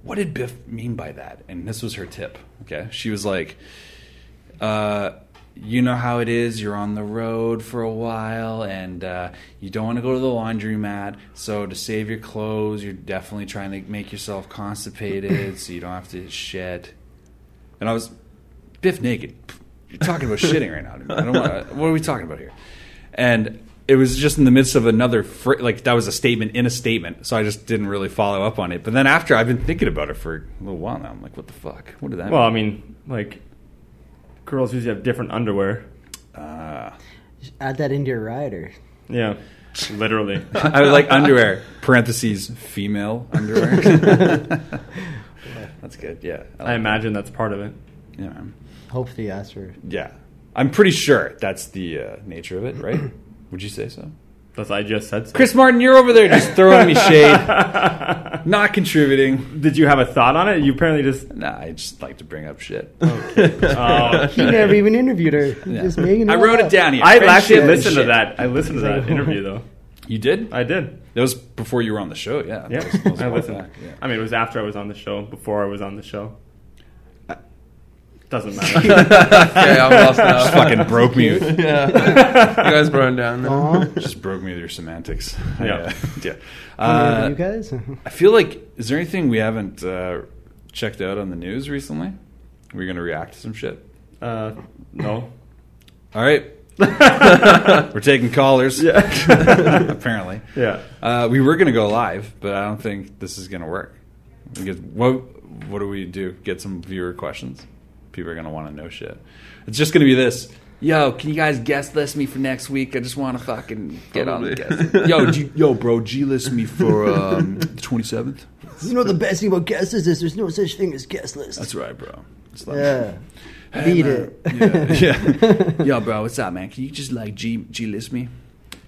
[SPEAKER 1] what did Biff mean by that?" And this was her tip. Okay, she was like, uh, you know how it is. You're on the road for a while, and uh, you don't want to go to the laundromat. So to save your clothes, you're definitely trying to make yourself constipated, so you don't have to shit. And I was biff naked. You're talking about shitting right now. I don't want. What are we talking about here? And it was just in the midst of another fr- like that was a statement in a statement. So I just didn't really follow up on it. But then after I've been thinking about it for a little while now. I'm like, what the fuck? What did that?
[SPEAKER 4] Well, I mean, like girls usually have different underwear.
[SPEAKER 1] mean? Ah.
[SPEAKER 3] Add that into your rider.
[SPEAKER 4] Yeah, literally.
[SPEAKER 1] [laughs] I would like underwear. Parentheses female
[SPEAKER 3] [laughs]
[SPEAKER 1] underwear. that's good. Yeah,
[SPEAKER 4] I imagine that's part of it.
[SPEAKER 1] Yeah, man.
[SPEAKER 3] Hopefully, you asked for.
[SPEAKER 1] yeah. I'm pretty sure that's the uh, nature of it, right? Would you say so?
[SPEAKER 4] That's I just said. So.
[SPEAKER 1] Chris Martin, you're over there just throwing me shade, [laughs] not contributing.
[SPEAKER 4] [laughs] Did you have a thought on it? You apparently just.
[SPEAKER 1] Nah, I just like to bring up shit.
[SPEAKER 4] Oh,
[SPEAKER 3] He never even interviewed her. He
[SPEAKER 1] Yeah.
[SPEAKER 3] just making
[SPEAKER 1] I
[SPEAKER 3] all
[SPEAKER 1] wrote it
[SPEAKER 3] up.
[SPEAKER 1] down here.
[SPEAKER 4] I
[SPEAKER 1] Friendship
[SPEAKER 4] actually
[SPEAKER 1] and
[SPEAKER 4] listened to
[SPEAKER 1] shit.
[SPEAKER 4] that. I listened to that interview though.
[SPEAKER 1] You did?
[SPEAKER 4] I did.
[SPEAKER 1] That was before you were on the show. Yeah.
[SPEAKER 4] Yeah,
[SPEAKER 1] That was- that was a
[SPEAKER 4] [laughs] I
[SPEAKER 1] while
[SPEAKER 4] listened.
[SPEAKER 1] back, yeah.
[SPEAKER 4] I mean, it was after I was on the show. Before I was on the show.
[SPEAKER 1] [laughs]
[SPEAKER 4] Doesn't matter.
[SPEAKER 2] Okay, I'm lost now.
[SPEAKER 1] Just fucking broke
[SPEAKER 4] [laughs]
[SPEAKER 1] me.
[SPEAKER 2] Yeah. you guys burn down. Now.
[SPEAKER 3] Aw.
[SPEAKER 1] Just broke me with your semantics.
[SPEAKER 4] Yeah.
[SPEAKER 1] I, uh, [laughs] yeah.
[SPEAKER 3] Remember
[SPEAKER 1] Uh,
[SPEAKER 3] you guys? [laughs]
[SPEAKER 1] I feel like is there anything we haven't uh, checked out on the news recently? We're gonna react to some shit.
[SPEAKER 4] uh, no.
[SPEAKER 1] All right, [laughs] we're taking callers. [laughs] apparently,
[SPEAKER 4] Yeah.
[SPEAKER 1] uh, we were gonna go live, but I don't think this is gonna work. Because what what do we do? Get some viewer questions. People are gonna want to know shit. It's just gonna be this. Yo, can you guys guest list me for next week? I just want to fucking get on the
[SPEAKER 2] Probably.
[SPEAKER 1] [laughs] guest. Yo, G- yo, bro, G list me for um, the twenty seventh.
[SPEAKER 3] you know the best thing about guests is this, there's no such thing as guest list.
[SPEAKER 1] That's right, bro. It's like-
[SPEAKER 3] yeah. Beat
[SPEAKER 1] man. [laughs]
[SPEAKER 3] it.
[SPEAKER 1] Yeah. yeah. Yo, bro, what's up, man? Can you just like G G list me?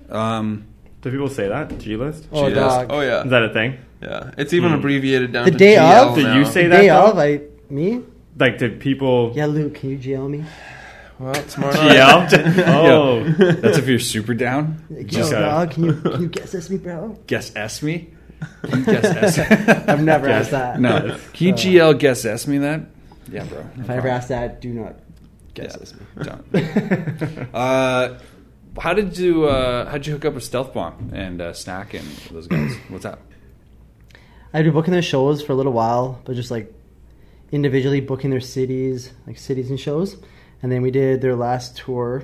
[SPEAKER 1] Um,
[SPEAKER 4] Do people say that? G list?
[SPEAKER 3] Oh,
[SPEAKER 1] She
[SPEAKER 3] dog.
[SPEAKER 2] Oh yeah,
[SPEAKER 4] Is that a thing?
[SPEAKER 2] yeah. It's even abbreviated down
[SPEAKER 3] The
[SPEAKER 2] to
[SPEAKER 3] day
[SPEAKER 2] GL
[SPEAKER 3] of?
[SPEAKER 4] Do
[SPEAKER 2] now.
[SPEAKER 4] you say
[SPEAKER 3] The
[SPEAKER 4] that?
[SPEAKER 3] Day
[SPEAKER 4] though?
[SPEAKER 3] of, I me?
[SPEAKER 4] like, did people? [laughs]
[SPEAKER 3] Yeah, Luke, can you GL me?
[SPEAKER 2] Well, tomorrow night.
[SPEAKER 1] [laughs]
[SPEAKER 4] Yeah. [laughs] Oh.
[SPEAKER 1] that's if you're super down. uh,
[SPEAKER 3] Yo,
[SPEAKER 4] Okay.
[SPEAKER 3] dog, can you
[SPEAKER 1] [laughs]
[SPEAKER 3] can you guess this me, bro?
[SPEAKER 1] Guess S me. Can you Guess [laughs] S.
[SPEAKER 3] [laughs] I've never asked that.
[SPEAKER 1] no. Can you GL guess S me that? Yeah, bro.
[SPEAKER 3] If I ever asked that, do not
[SPEAKER 1] guess
[SPEAKER 3] guess this me.
[SPEAKER 1] Don't. uh, how did you uh, how'd you hook up with Stealth Bomb and uh, Snack and those guys? What's up?
[SPEAKER 3] I'd be booking their shows for a little while, but just like individually booking their cities, like cities and shows. And then we did their last tour.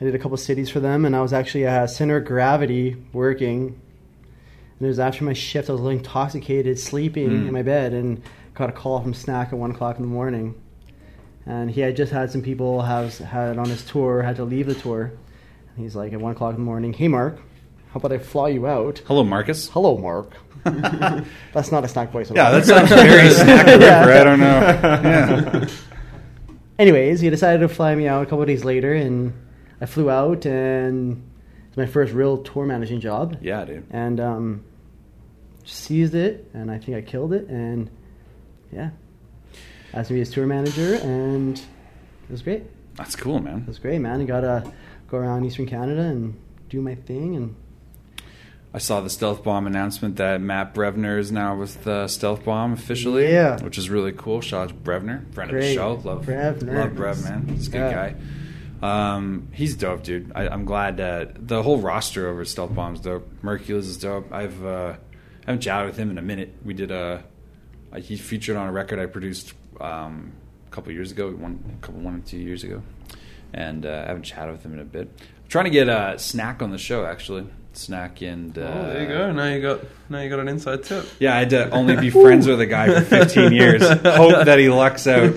[SPEAKER 3] I did a couple cities for them, and I was actually at Center of Gravity working. And it was after my shift, I was intoxicated, sleeping in my bed, and got a call from Snack at one o'clock in the morning. And he had just had some people have had on his tour, had to leave the tour. And he's like at one o'clock in the morning, "Hey Mark, how about I fly you out?"
[SPEAKER 1] Hello, Marcus.
[SPEAKER 3] Hello, Mark. that's not a snack voice. at all.
[SPEAKER 1] Yeah,
[SPEAKER 4] [laughs]
[SPEAKER 3] [laughs]
[SPEAKER 1] that sounds very Snack Ripper. I don't know. Yeah.
[SPEAKER 3] Anyways, he decided to fly me out a couple of days later, and I flew out, and it's my first real tour managing job,
[SPEAKER 1] [laughs] Yeah, dude.
[SPEAKER 3] and um, seized it, and I think I killed it, and yeah, asked me as tour manager, and it was great. It
[SPEAKER 1] That's cool, man.
[SPEAKER 3] was great, man. I got to go around Eastern Canada and do my thing, and
[SPEAKER 1] I saw the stealth bomb announcement that Matt Brevner is now with the stealth bomb officially.
[SPEAKER 3] Yeah.
[SPEAKER 1] which is really cool. Shout out to Brevner, friend of the
[SPEAKER 3] Great.
[SPEAKER 1] show. Love
[SPEAKER 3] Brevner.
[SPEAKER 1] love Brev, man. He's a good
[SPEAKER 3] Yeah.
[SPEAKER 1] guy. Um, he's dope, dude. I, I'm glad that the whole roster over at Stealth Bomb's dope. Mercules is dope. I've uh, I haven't chatted with him in a minute. We did a uh, he featured on a record I produced um, a couple years ago, one a couple one or two years ago, and uh, I haven't chatted with him in a bit. I'm trying to get uh, Snack on the show actually. Snack and uh,
[SPEAKER 2] oh, there you go. Now you got now you got an inside tip. [laughs]
[SPEAKER 1] yeah, I had to only be friends with a guy for 15 years. Hope that he lucks out,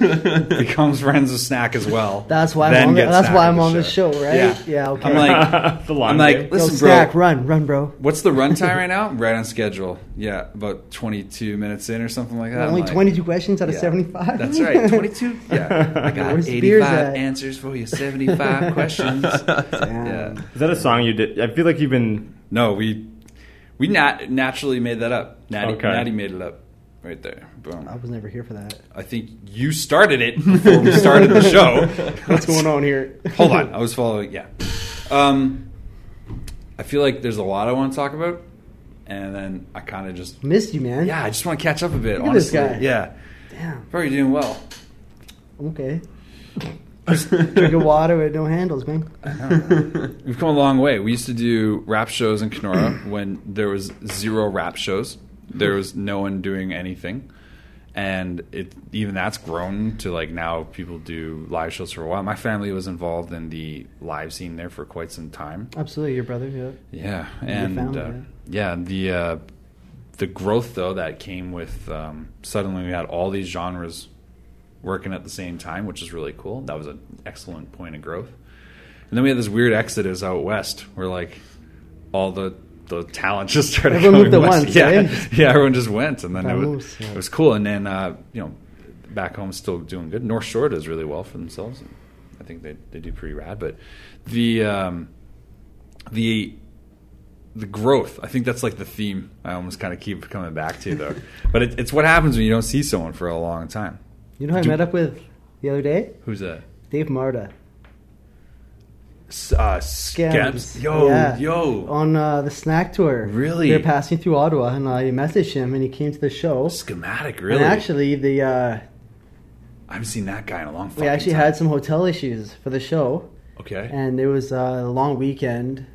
[SPEAKER 1] becomes friends with Snack as well.
[SPEAKER 3] That's why I'm
[SPEAKER 1] then
[SPEAKER 3] on the-
[SPEAKER 1] get
[SPEAKER 3] that's
[SPEAKER 1] Snack
[SPEAKER 3] why I'm on the show, right?
[SPEAKER 1] Yeah,
[SPEAKER 3] Yeah, okay.
[SPEAKER 1] I'm
[SPEAKER 3] [laughs]
[SPEAKER 1] like,
[SPEAKER 4] the long
[SPEAKER 1] I'm like,
[SPEAKER 4] game.
[SPEAKER 3] Yo,
[SPEAKER 1] listen,
[SPEAKER 3] Snack,
[SPEAKER 1] bro.
[SPEAKER 3] run, run, bro.
[SPEAKER 1] What's the runtime
[SPEAKER 3] [laughs]
[SPEAKER 1] right now? Right on schedule. Yeah, about 22 minutes in or something like that.
[SPEAKER 3] Only
[SPEAKER 1] I'm like,
[SPEAKER 3] 22 questions out of
[SPEAKER 1] yeah,
[SPEAKER 3] 75.
[SPEAKER 1] That's
[SPEAKER 3] [laughs]
[SPEAKER 1] right, 22. [laughs] Yeah, I got
[SPEAKER 3] Where's the
[SPEAKER 1] 85
[SPEAKER 3] beers at?
[SPEAKER 1] answers for you,
[SPEAKER 3] [laughs]
[SPEAKER 1] 75 questions.
[SPEAKER 3] Yeah.
[SPEAKER 1] Yeah.
[SPEAKER 4] Is that a song you did? I feel like you've been.
[SPEAKER 1] No, we we nat- naturally made that up. Natty,
[SPEAKER 4] Okay.
[SPEAKER 1] Natty made it up right there. Boom.
[SPEAKER 3] I was never here for that.
[SPEAKER 1] I think you started it before we started
[SPEAKER 3] [laughs]
[SPEAKER 1] the show.
[SPEAKER 3] What's going on here?
[SPEAKER 1] Hold on, I was following. Yeah, um, I feel like there's a lot I want to talk about, and then I kind of just
[SPEAKER 3] [laughs] Missed you, man.
[SPEAKER 1] yeah, I just want to catch up a bit.
[SPEAKER 3] Look at this
[SPEAKER 1] honestly,
[SPEAKER 3] guy.
[SPEAKER 1] yeah,
[SPEAKER 3] Damn.
[SPEAKER 1] probably doing well.
[SPEAKER 3] Okay.
[SPEAKER 2] [laughs]
[SPEAKER 3] Drinking water with no handles, man.
[SPEAKER 1] We've come a long way. We used to do rap shows in
[SPEAKER 3] [clears throat]
[SPEAKER 1] Kenora when there was zero rap shows. There was no one doing anything. And it even that's grown to like now people do live shows for a while. My family was involved in the live scene there for quite some time.
[SPEAKER 3] Absolutely, your brother. Yeah.
[SPEAKER 1] Yeah,
[SPEAKER 3] Your
[SPEAKER 1] and
[SPEAKER 3] family,
[SPEAKER 1] uh,
[SPEAKER 3] right?
[SPEAKER 1] yeah, the uh, the growth though that came with um, suddenly we had all these genres working at the same time, which is really cool. That was an excellent point of growth. And then we had this weird exodus out west, where like all the the talent [laughs] just started
[SPEAKER 3] Everyone
[SPEAKER 1] going
[SPEAKER 3] moved at
[SPEAKER 1] west.
[SPEAKER 3] once,
[SPEAKER 1] yeah,
[SPEAKER 3] eh?
[SPEAKER 1] [laughs] yeah, everyone just went, and then it
[SPEAKER 3] Vamos,
[SPEAKER 1] was,
[SPEAKER 3] yeah.
[SPEAKER 1] it was cool. And then uh, you know, back home still doing good. North Shore does really well for themselves. I think they they do pretty rad, but the um, the the growth. I think that's like the theme I almost kind of keep coming back to,
[SPEAKER 3] [laughs]
[SPEAKER 1] though. but it, it's what happens when you don't see someone for a long time.
[SPEAKER 3] You know who I
[SPEAKER 1] Do-
[SPEAKER 3] met up with the other day?
[SPEAKER 1] Who's that?
[SPEAKER 3] Dave Marta.
[SPEAKER 1] S- Uh,
[SPEAKER 3] Scams.
[SPEAKER 1] Skems. Yo,
[SPEAKER 3] Yeah.
[SPEAKER 1] yo.
[SPEAKER 3] On uh, the snack tour.
[SPEAKER 1] Really?
[SPEAKER 3] They're passing through Ottawa, and I messaged him, and he came to the show.
[SPEAKER 1] Schematic, really?
[SPEAKER 3] And actually, the uh,
[SPEAKER 1] I haven't seen that guy in a long fucking
[SPEAKER 3] we actually
[SPEAKER 1] time.
[SPEAKER 3] had some hotel issues for the show,
[SPEAKER 1] Okay.
[SPEAKER 3] and it was uh, a long weekend,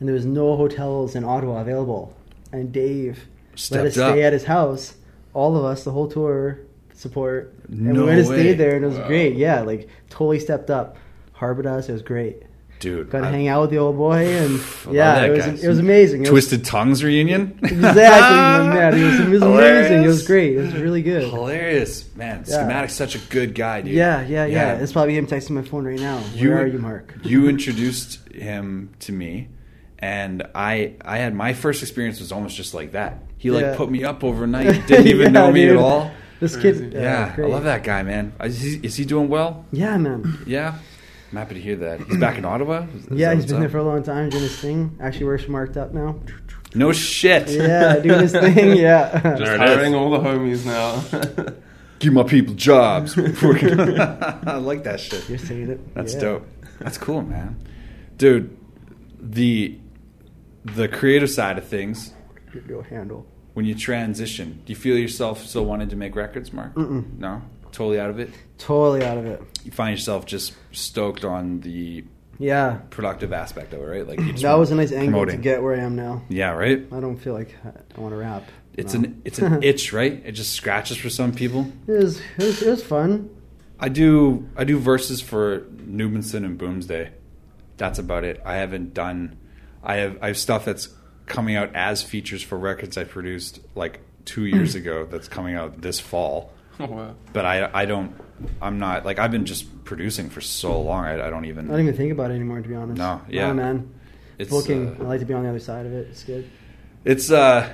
[SPEAKER 3] and there was no hotels in Ottawa available. And Dave let us
[SPEAKER 1] Stepped up.
[SPEAKER 3] stay at his house. All of us, the whole tour support, and
[SPEAKER 1] No
[SPEAKER 3] we went and
[SPEAKER 1] way.
[SPEAKER 3] stayed there, and it was
[SPEAKER 1] Wow.
[SPEAKER 3] great. Yeah, like totally stepped up, harbored us. It was great.
[SPEAKER 1] Dude.
[SPEAKER 3] Got to
[SPEAKER 1] I-
[SPEAKER 3] hang out with the old
[SPEAKER 1] [sighs]
[SPEAKER 3] boy, and
[SPEAKER 1] love
[SPEAKER 3] yeah,
[SPEAKER 1] that
[SPEAKER 3] it was
[SPEAKER 1] guy.
[SPEAKER 3] it was amazing. It was-
[SPEAKER 1] Twisted Tongues reunion?
[SPEAKER 3] [laughs]
[SPEAKER 1] [laughs]
[SPEAKER 3] exactly, man. It was, it was amazing. It
[SPEAKER 1] Hilarious.
[SPEAKER 3] was great. It was really good.
[SPEAKER 1] Hilarious. Man,
[SPEAKER 3] Yeah.
[SPEAKER 1] Schematic's such a good guy, dude.
[SPEAKER 3] Yeah, yeah, yeah, It's probably him texting my phone right now. Where are you, Mark?
[SPEAKER 1] [laughs] You introduced him to me, and I I had my first experience was almost just like that. He like
[SPEAKER 3] Yeah.
[SPEAKER 1] put me up
[SPEAKER 3] [laughs]
[SPEAKER 1] overnight. He didn't even
[SPEAKER 3] Yeah,
[SPEAKER 1] know me at
[SPEAKER 3] dude.
[SPEAKER 1] all.
[SPEAKER 3] This
[SPEAKER 2] Crazy.
[SPEAKER 3] kid.
[SPEAKER 1] Yeah, I
[SPEAKER 3] great.
[SPEAKER 1] love that guy, man. Is he, is he doing well?
[SPEAKER 3] Yeah, man.
[SPEAKER 1] Yeah, I'm happy to hear that. He's back in Ottawa. Is- is
[SPEAKER 3] Yeah,
[SPEAKER 1] that
[SPEAKER 3] he's
[SPEAKER 1] what's
[SPEAKER 3] been there
[SPEAKER 1] up?
[SPEAKER 3] for a long time doing his thing. Actually works for marked
[SPEAKER 1] [laughs]
[SPEAKER 3] up now.
[SPEAKER 1] no shit.
[SPEAKER 3] Yeah, doing
[SPEAKER 1] [laughs]
[SPEAKER 3] his thing. Yeah.
[SPEAKER 2] Just
[SPEAKER 4] There it is.
[SPEAKER 2] hiring all the homies now. [laughs]
[SPEAKER 1] Give my people [laughs] jobs. I like that shit.
[SPEAKER 3] You're saying it.
[SPEAKER 1] That's
[SPEAKER 3] Yeah.
[SPEAKER 1] dope. That's cool, man. Dude, the the creative side of things
[SPEAKER 3] Your- Your handle.
[SPEAKER 1] when you transition, do you feel yourself still wanting to make records, Mark?
[SPEAKER 3] Mm-mm.
[SPEAKER 1] No, totally out of it.
[SPEAKER 3] Totally out of it.
[SPEAKER 1] You find yourself just stoked on the
[SPEAKER 3] Yeah.
[SPEAKER 1] productive aspect of it, right? Like you just
[SPEAKER 3] That
[SPEAKER 1] want-
[SPEAKER 3] was a nice angle
[SPEAKER 1] promoting.
[SPEAKER 3] to get where I am now.
[SPEAKER 1] yeah, right.
[SPEAKER 3] I don't feel like I want to rap.
[SPEAKER 1] It's [laughs]
[SPEAKER 3] No.
[SPEAKER 1] an it's
[SPEAKER 3] [laughs]
[SPEAKER 1] an itch, right? It just scratches for some people.
[SPEAKER 3] It was, it was it was fun.
[SPEAKER 1] I do I do verses for Newmanson and Boomsday. That's about it. I haven't done I have I have stuff that's coming out as features for records I produced like two
[SPEAKER 3] [clears throat]
[SPEAKER 1] years ago that's coming out this fall.
[SPEAKER 2] oh,
[SPEAKER 4] Uh,
[SPEAKER 2] wow.
[SPEAKER 1] But I I don't I'm not like I've been just producing for so long I, I don't even
[SPEAKER 3] I don't even think about it anymore, to be honest.
[SPEAKER 1] No, yeah.
[SPEAKER 3] Nah, man.
[SPEAKER 1] it's
[SPEAKER 3] Booking.
[SPEAKER 1] uh,
[SPEAKER 3] I like to be on the other side of it. It's good.
[SPEAKER 1] it's uh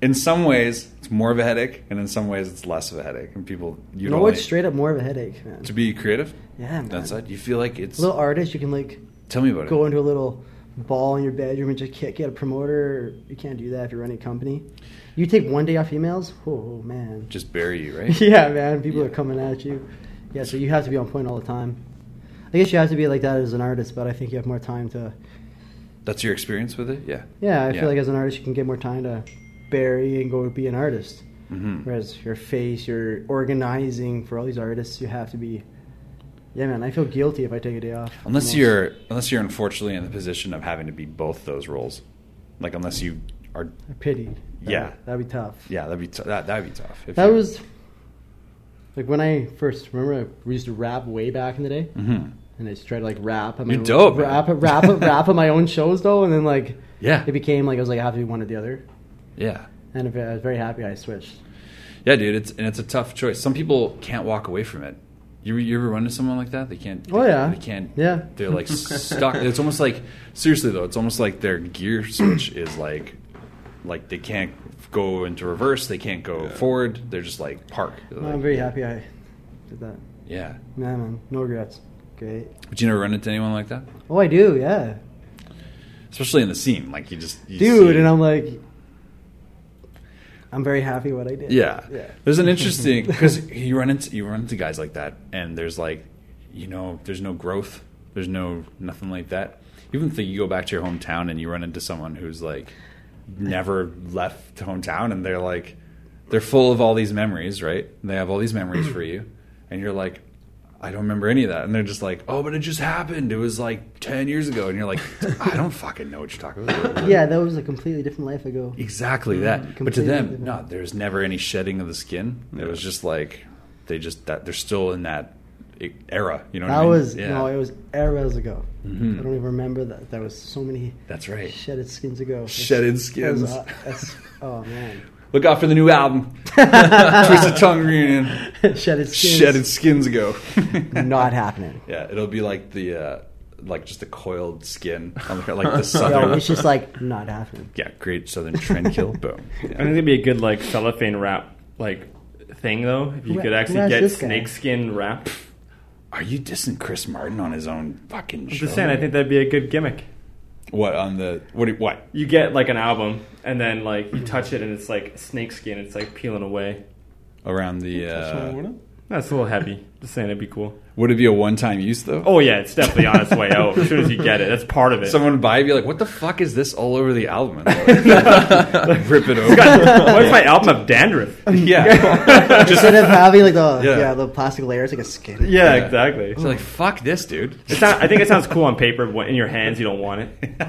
[SPEAKER 1] in some ways it's more of a headache and in some ways it's less of a headache and people you
[SPEAKER 3] You know
[SPEAKER 1] don't
[SPEAKER 3] what's
[SPEAKER 1] like-
[SPEAKER 3] straight up more of a headache, man.
[SPEAKER 1] to be creative
[SPEAKER 3] Yeah, man.
[SPEAKER 1] that's it you feel like it's
[SPEAKER 3] little artist, you can like
[SPEAKER 1] tell me about it
[SPEAKER 3] go into a little ball in your bedroom and just can't get a promoter. You can't do that if you're running a company. You take one day off emails. Oh man. [laughs]
[SPEAKER 1] just bury you right
[SPEAKER 3] yeah, man. People are
[SPEAKER 1] Yeah.
[SPEAKER 3] coming at you. Yeah, so you have to be on point all the time. I guess you have to be like that as an artist, but I think you have more time to
[SPEAKER 1] That's your experience with it? Yeah.
[SPEAKER 3] Yeah, I
[SPEAKER 1] Yeah.
[SPEAKER 3] feel like as an artist, you can get more time to bury and go be an artist.
[SPEAKER 1] Mm-hmm.
[SPEAKER 3] Whereas your face, your organizing for all these artists, you have to be. Yeah, man, I feel guilty if I take a day off.
[SPEAKER 1] Unless
[SPEAKER 3] Almost.
[SPEAKER 1] you're unless you're unfortunately in the position of having to be both those roles, like unless you are,
[SPEAKER 3] I pity. That-
[SPEAKER 1] Yeah.
[SPEAKER 3] that'd be tough.
[SPEAKER 1] yeah, that'd be t- that that'd be tough. If
[SPEAKER 3] That
[SPEAKER 1] you-
[SPEAKER 3] was like when I first remember I used to rap way back in the day,
[SPEAKER 1] Mhm.
[SPEAKER 3] and I just tried to like rap. At
[SPEAKER 1] You're dope, man.
[SPEAKER 3] Rap,
[SPEAKER 1] [laughs]
[SPEAKER 3] rap, rap at my own shows though, and then like
[SPEAKER 1] yeah,
[SPEAKER 3] it became like I was like I have to do one or the other,
[SPEAKER 1] yeah,
[SPEAKER 3] and if I was very happy I switched.
[SPEAKER 1] yeah, dude. It's and it's a tough choice. Some people can't walk away from it. You you ever run into someone like that? They can't.
[SPEAKER 3] Oh,
[SPEAKER 1] they-
[SPEAKER 3] yeah.
[SPEAKER 1] they can't.
[SPEAKER 3] Yeah.
[SPEAKER 1] they're like stuck. It's almost like seriously though. It's almost like their gear switch is like like they can't go into reverse. They can't go
[SPEAKER 2] Yeah.
[SPEAKER 1] forward. They're just like park. They're
[SPEAKER 3] I'm
[SPEAKER 1] like-
[SPEAKER 3] very happy I did that.
[SPEAKER 1] Yeah.
[SPEAKER 3] Nah, man, no regrets. Great.
[SPEAKER 1] But you never run into anyone like that,
[SPEAKER 3] Oh, I do, yeah,
[SPEAKER 1] especially in the scene. Like you just you
[SPEAKER 3] dude.
[SPEAKER 1] see-
[SPEAKER 3] And I'm like, I'm very happy what I did.
[SPEAKER 1] Yeah.
[SPEAKER 3] yeah.
[SPEAKER 1] There's an interesting because you run into you run into guys like that, and there's like, you know, there's no growth, there's no nothing like that. Even if you go back to your hometown and you run into someone who's like never left hometown, and they're like, they're full of all these memories, right? And they have all these memories for you, and you're like. I don't remember any of that, and they're just like, "Oh, but it just happened. It was like ten years ago," and you're like, "I don't fucking know what you're talking about."
[SPEAKER 3] Yeah, that was a completely different life ago.
[SPEAKER 1] Exactly that. But to
[SPEAKER 3] Mm, completely
[SPEAKER 1] them,
[SPEAKER 3] different.
[SPEAKER 1] no, there's never any shedding of the skin. It was just like they just that they're still in that e- era. You know what I
[SPEAKER 3] That
[SPEAKER 1] mean?
[SPEAKER 3] was
[SPEAKER 1] yeah.
[SPEAKER 3] no, it was eras ago.
[SPEAKER 1] Mhm.
[SPEAKER 3] I don't even remember that. That was so many
[SPEAKER 1] That's right.
[SPEAKER 3] shedded skins ago.
[SPEAKER 1] Shedded
[SPEAKER 3] That was- uh,
[SPEAKER 1] skins.
[SPEAKER 3] that's- oh man,
[SPEAKER 1] [laughs] Look out for the new album,
[SPEAKER 3] [laughs]
[SPEAKER 1] Twisted Tongue Reunion.
[SPEAKER 3] shedded skins.
[SPEAKER 1] Shedded skins
[SPEAKER 3] [laughs]
[SPEAKER 1] ago. [laughs]
[SPEAKER 3] Not happening.
[SPEAKER 1] Yeah, it'll be like the uh, like just the coiled skin on the,
[SPEAKER 4] [laughs]
[SPEAKER 1] like the
[SPEAKER 3] No,
[SPEAKER 1] southern.
[SPEAKER 3] it's just like
[SPEAKER 1] [laughs]
[SPEAKER 3] not happening.
[SPEAKER 1] yeah, great southern trend
[SPEAKER 4] [laughs]
[SPEAKER 1] kill. Boom.
[SPEAKER 4] I think it'd be a good like cellophane wrap like thing though. If you
[SPEAKER 3] Who-
[SPEAKER 4] could
[SPEAKER 3] who
[SPEAKER 4] actually
[SPEAKER 3] has
[SPEAKER 4] get
[SPEAKER 3] this guy?
[SPEAKER 4] snakeskin wrap.
[SPEAKER 1] Are you dissing Chris Martin on his own fucking show?
[SPEAKER 4] I'm just saying, I think that'd be a good gimmick.
[SPEAKER 1] what on the what? do- What?
[SPEAKER 4] You get like an album, and then like you touch it, and it's like snakeskin. It's like peeling away.
[SPEAKER 1] around the
[SPEAKER 2] That's
[SPEAKER 1] uh,
[SPEAKER 2] one, wouldn't
[SPEAKER 4] That's a little heavy. Just saying, it'd be cool.
[SPEAKER 1] would it be a one-time use though
[SPEAKER 4] Oh yeah, it's definitely on its way out. As soon as you get it, that's part of it. [laughs]
[SPEAKER 1] someone would buy it and be like what the fuck is this all over the album and they're like, rip it over
[SPEAKER 4] [laughs] What's my album of
[SPEAKER 3] [laughs]
[SPEAKER 4] dandruff?
[SPEAKER 1] yeah
[SPEAKER 4] [laughs]
[SPEAKER 1] just [laughs]
[SPEAKER 3] Instead of having like the
[SPEAKER 1] Yeah.
[SPEAKER 3] yeah. the plastic layers like a skin.
[SPEAKER 4] Yeah,
[SPEAKER 1] Yeah.
[SPEAKER 4] exactly.
[SPEAKER 1] it's like fuck this dude
[SPEAKER 4] It sound- I think
[SPEAKER 1] [laughs]
[SPEAKER 4] it sounds cool on paper, but in your hands you don't want it,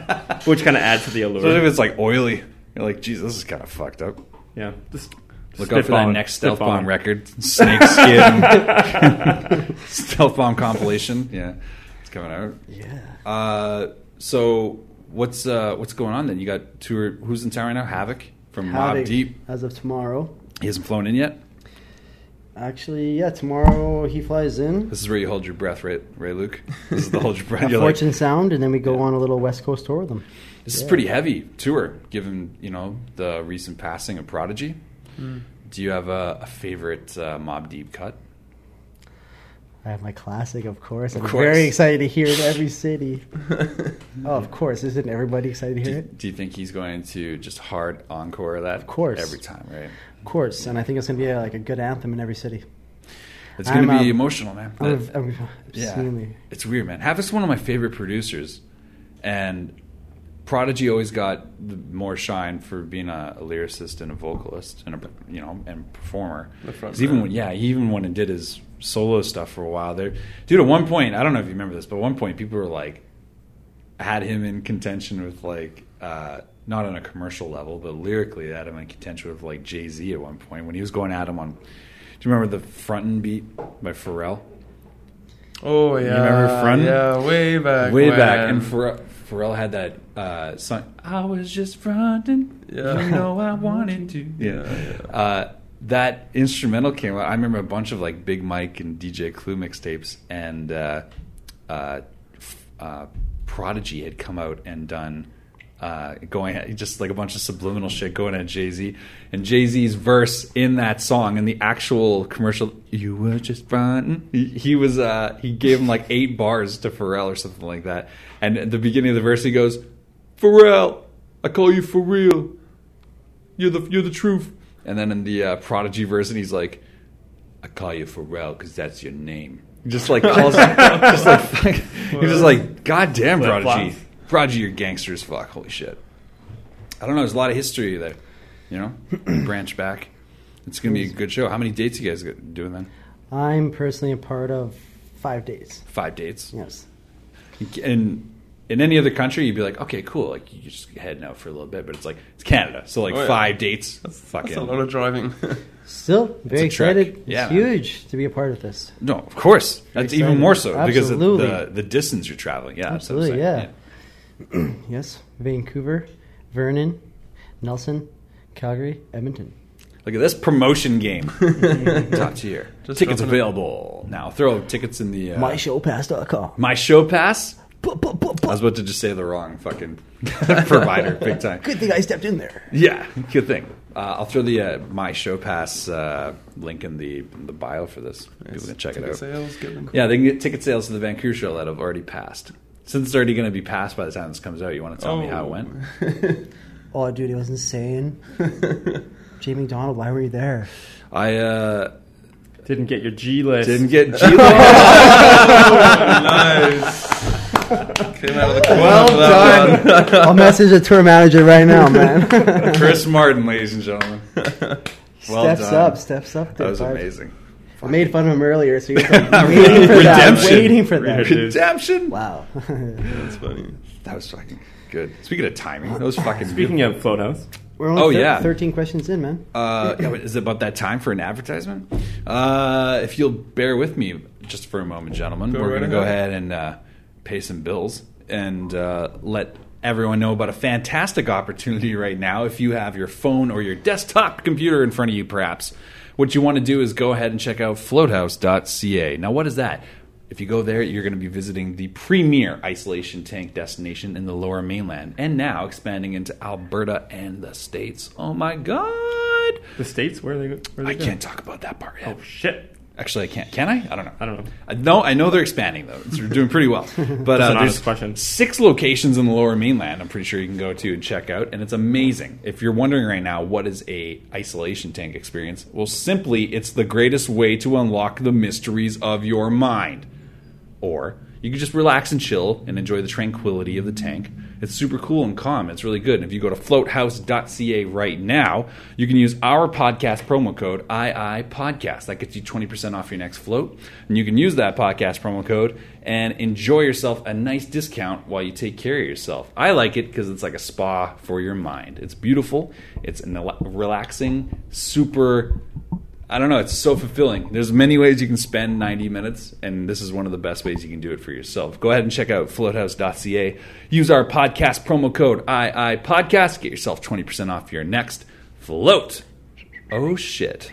[SPEAKER 4] which kind of adds to the
[SPEAKER 1] especially if
[SPEAKER 4] allure.
[SPEAKER 1] it's like oily you're like jeez this is kind of fucked up
[SPEAKER 4] Yeah, just
[SPEAKER 1] look out for that
[SPEAKER 4] spitballing,
[SPEAKER 1] next stealth
[SPEAKER 4] spitballing.
[SPEAKER 1] bomb record snake skin
[SPEAKER 4] [laughs]
[SPEAKER 1] [laughs] stealth bomb compilation yeah it's coming out
[SPEAKER 3] Yeah.
[SPEAKER 1] uh, so what's uh, what's going on then you got tour who's in town right now havoc from mob
[SPEAKER 3] Havoc,
[SPEAKER 1] deep
[SPEAKER 3] As of tomorrow,
[SPEAKER 1] he hasn't flown in yet
[SPEAKER 3] actually, yeah, tomorrow he flies in.
[SPEAKER 1] This is where you hold your breath, right, right, Luke? This is the hold your
[SPEAKER 3] [laughs]
[SPEAKER 1] breath.
[SPEAKER 3] At
[SPEAKER 1] You're like,
[SPEAKER 3] Fortune Sound, and then we go on a little West Coast tour with them.
[SPEAKER 1] this is pretty heavy tour, given you know the recent passing of Prodigy.
[SPEAKER 4] hmm.
[SPEAKER 1] Do you have a, a favorite uh, Mob Deep cut?
[SPEAKER 3] I have my classic, of course.
[SPEAKER 1] Of
[SPEAKER 3] I'm
[SPEAKER 1] course.
[SPEAKER 3] very excited to hear it
[SPEAKER 1] [laughs]
[SPEAKER 3] in every city.
[SPEAKER 2] it? [laughs]
[SPEAKER 3] Oh, of course. Isn't everybody excited to
[SPEAKER 1] Do
[SPEAKER 3] hear
[SPEAKER 1] you,
[SPEAKER 3] it?
[SPEAKER 1] do you think he's going to just hard encore that? Of
[SPEAKER 3] course.
[SPEAKER 1] every time, right?
[SPEAKER 3] Of course. And I think it's going to be a, like a good anthem in every city.
[SPEAKER 1] It's going to
[SPEAKER 3] I'm,
[SPEAKER 1] be
[SPEAKER 3] um,
[SPEAKER 1] emotional, man.
[SPEAKER 3] I'm,
[SPEAKER 1] That-
[SPEAKER 3] I'm
[SPEAKER 1] Uh, Yeah.
[SPEAKER 3] obscenely-
[SPEAKER 1] It's weird, man. Havoc's one of my favorite producers, and Prodigy always got the more shine for being a, a lyricist and a vocalist and a you know and performer.
[SPEAKER 2] The front
[SPEAKER 1] 'Cause even
[SPEAKER 2] man.
[SPEAKER 1] when yeah, even when he did his solo stuff for a while there, dude. At one point, I don't know if you remember this, but at one point people were like, had him in contention with like. Uh, not on a commercial level, but lyrically, they had him in contention with like Jay Z at one point when he was going at him on. Do you remember the Frontin' beat by Pharrell?
[SPEAKER 2] Oh yeah,
[SPEAKER 1] remember Front?
[SPEAKER 2] Yeah, way back,
[SPEAKER 1] way back.
[SPEAKER 2] when.
[SPEAKER 1] And Pharrell, Pharrell had that uh, song. I was just fronting.
[SPEAKER 2] Yeah.
[SPEAKER 1] You know I wanted to.
[SPEAKER 2] Yeah,
[SPEAKER 1] Uh, that instrumental came out. I remember a bunch of like Big Mike and DJ Clue mixtapes, and uh, uh, f- uh, Prodigy had come out and done. Uh, going at, just like a bunch of subliminal shit going at Jay Z and Jay Z's verse in that song in the actual commercial. You were just frontin'. He, he was uh, he gave him like eight bars to Pharrell or something like that. And at the beginning of the verse, he goes, "Pharrell, I call you for real. You're the you're the truth. And then in the uh, Prodigy version, he's like, I call you Pharrell because that's [laughs]
[SPEAKER 2] [laughs]
[SPEAKER 1] your name. Just like calls, just like he's just like, God damn
[SPEAKER 4] Flip
[SPEAKER 1] Prodigy,
[SPEAKER 4] flops.
[SPEAKER 1] Roger, you're gangsters. Fuck, holy shit. I don't know. There's a lot of history there. You know, [clears throat] branch back. It's gonna be a good show. How many dates you guys got- doing then?
[SPEAKER 3] I'm personally a part of five dates.
[SPEAKER 1] Five dates.
[SPEAKER 3] Yes.
[SPEAKER 1] in in any other country, you'd be like, okay, cool, like you just heading out for a little bit, but it's like it's Canada, so like
[SPEAKER 2] Oh, yeah.
[SPEAKER 1] five dates, fucking
[SPEAKER 2] That's a lot of driving. [laughs]
[SPEAKER 3] Still very
[SPEAKER 1] a trek.
[SPEAKER 3] excited.
[SPEAKER 1] Yeah,
[SPEAKER 3] it's
[SPEAKER 1] man.
[SPEAKER 3] huge to be a part of this.
[SPEAKER 1] no, of course, that's even
[SPEAKER 3] excited.
[SPEAKER 1] more so because of the
[SPEAKER 3] Absolutely.
[SPEAKER 1] the distance you're traveling. Yeah, that's what I'm
[SPEAKER 3] Absolutely,
[SPEAKER 1] saying.
[SPEAKER 3] yeah. Yes, Vancouver, Vernon, Nelson, Calgary, Edmonton.
[SPEAKER 1] Look at this promotion
[SPEAKER 3] [laughs]
[SPEAKER 1] game, top tier.
[SPEAKER 2] Just
[SPEAKER 1] tickets
[SPEAKER 2] dropping it.
[SPEAKER 1] available now. Throw tickets in the uh,
[SPEAKER 3] MyShowPass.com.
[SPEAKER 1] my show pass.
[SPEAKER 3] Bu- bu- bu-
[SPEAKER 1] I
[SPEAKER 3] bu-
[SPEAKER 1] was about to just say the wrong fucking [laughs] provider, big time.
[SPEAKER 3] Good thing I stepped in there.
[SPEAKER 1] Yeah, good thing. Uh, I'll throw the uh, my show pass uh, link in the in the bio for this. People can check it
[SPEAKER 2] Ticket
[SPEAKER 1] out.
[SPEAKER 2] Sales, get them
[SPEAKER 1] Yeah, they can get ticket sales to the Vancouver show that have already passed. Since it's already going to be passed by the time this comes out, you want to tell
[SPEAKER 2] Oh.
[SPEAKER 1] me how it went?
[SPEAKER 3] Oh, dude, it was insane. Jamie McDonald, why were you there?
[SPEAKER 1] I uh,
[SPEAKER 4] Didn't get your G list.
[SPEAKER 1] didn't [laughs] get G-Lo.
[SPEAKER 2] nice. Came out of the corner
[SPEAKER 1] well
[SPEAKER 2] for that one.
[SPEAKER 1] done, [laughs]
[SPEAKER 3] I'll message the tour manager right now, man.
[SPEAKER 1] Chris Martin, ladies and gentlemen. Well
[SPEAKER 3] [laughs] steps
[SPEAKER 1] done.
[SPEAKER 3] up, steps up.
[SPEAKER 1] That was
[SPEAKER 3] dude.
[SPEAKER 1] amazing.
[SPEAKER 3] I
[SPEAKER 1] [laughs]
[SPEAKER 3] made fun of him earlier, so he was like, waiting for that.
[SPEAKER 1] Redemption.
[SPEAKER 3] Waiting for that.
[SPEAKER 4] Dude.
[SPEAKER 1] Redemption.
[SPEAKER 3] Wow. [laughs]
[SPEAKER 2] That's funny.
[SPEAKER 1] That was fucking good. Speaking of timing, that was fucking.
[SPEAKER 4] Speaking
[SPEAKER 1] beautiful.
[SPEAKER 4] of float house,
[SPEAKER 3] We're only
[SPEAKER 1] Oh,
[SPEAKER 3] thir-
[SPEAKER 1] yeah.
[SPEAKER 3] 13 questions in, man.
[SPEAKER 1] Uh, yeah, but is it about that time for an advertisement? Uh, if you'll bear with me just for a moment, gentlemen,
[SPEAKER 2] Go
[SPEAKER 1] we're
[SPEAKER 2] right
[SPEAKER 1] going to go
[SPEAKER 2] ahead.
[SPEAKER 1] ahead and uh, pay some bills and uh, let everyone know about a fantastic opportunity right now. If you have your phone or your desktop computer in front of you, perhaps, what you want to do is go ahead and check out floathouse.ca. Now, what is that? If you go there, you're going to be visiting the premier isolation tank destination in the lower mainland and now expanding into Alberta and the States. Oh my God!
[SPEAKER 4] the states where they where they
[SPEAKER 1] I
[SPEAKER 4] go?
[SPEAKER 1] can't talk about that part yet.
[SPEAKER 4] Oh shit!
[SPEAKER 1] Actually, I can't. Can I? I don't know.
[SPEAKER 4] I don't know.
[SPEAKER 1] I know. I know they're expanding though. They're doing pretty well. But
[SPEAKER 4] [laughs] That's
[SPEAKER 1] uh,
[SPEAKER 4] an honest
[SPEAKER 1] there's
[SPEAKER 4] question.
[SPEAKER 1] six locations in the Lower Mainland. I'm pretty sure you can go to and check out, and it's amazing. If you're wondering right now what is a isolation tank experience, well, simply it's the greatest way to unlock the mysteries of your mind or you can just relax and chill and enjoy the tranquility of the tank. It's super cool and calm. It's really good. And if you go to floathouse.ca right now, you can use our podcast promo code IIPodcast. That gets you 20% off your next float. And you can use that podcast promo code and enjoy yourself a nice discount while you take care of yourself. I like it because it's like a spa for your mind. It's beautiful, it's an ele- relaxing, super I don't know. It's so fulfilling. There's many ways you can spend 90 minutes, and this is one of the best ways you can do it for yourself. Go ahead and check out floathouse.ca. Use our podcast promo code IIPodcast. Get yourself 20% off your next float. Oh, shit.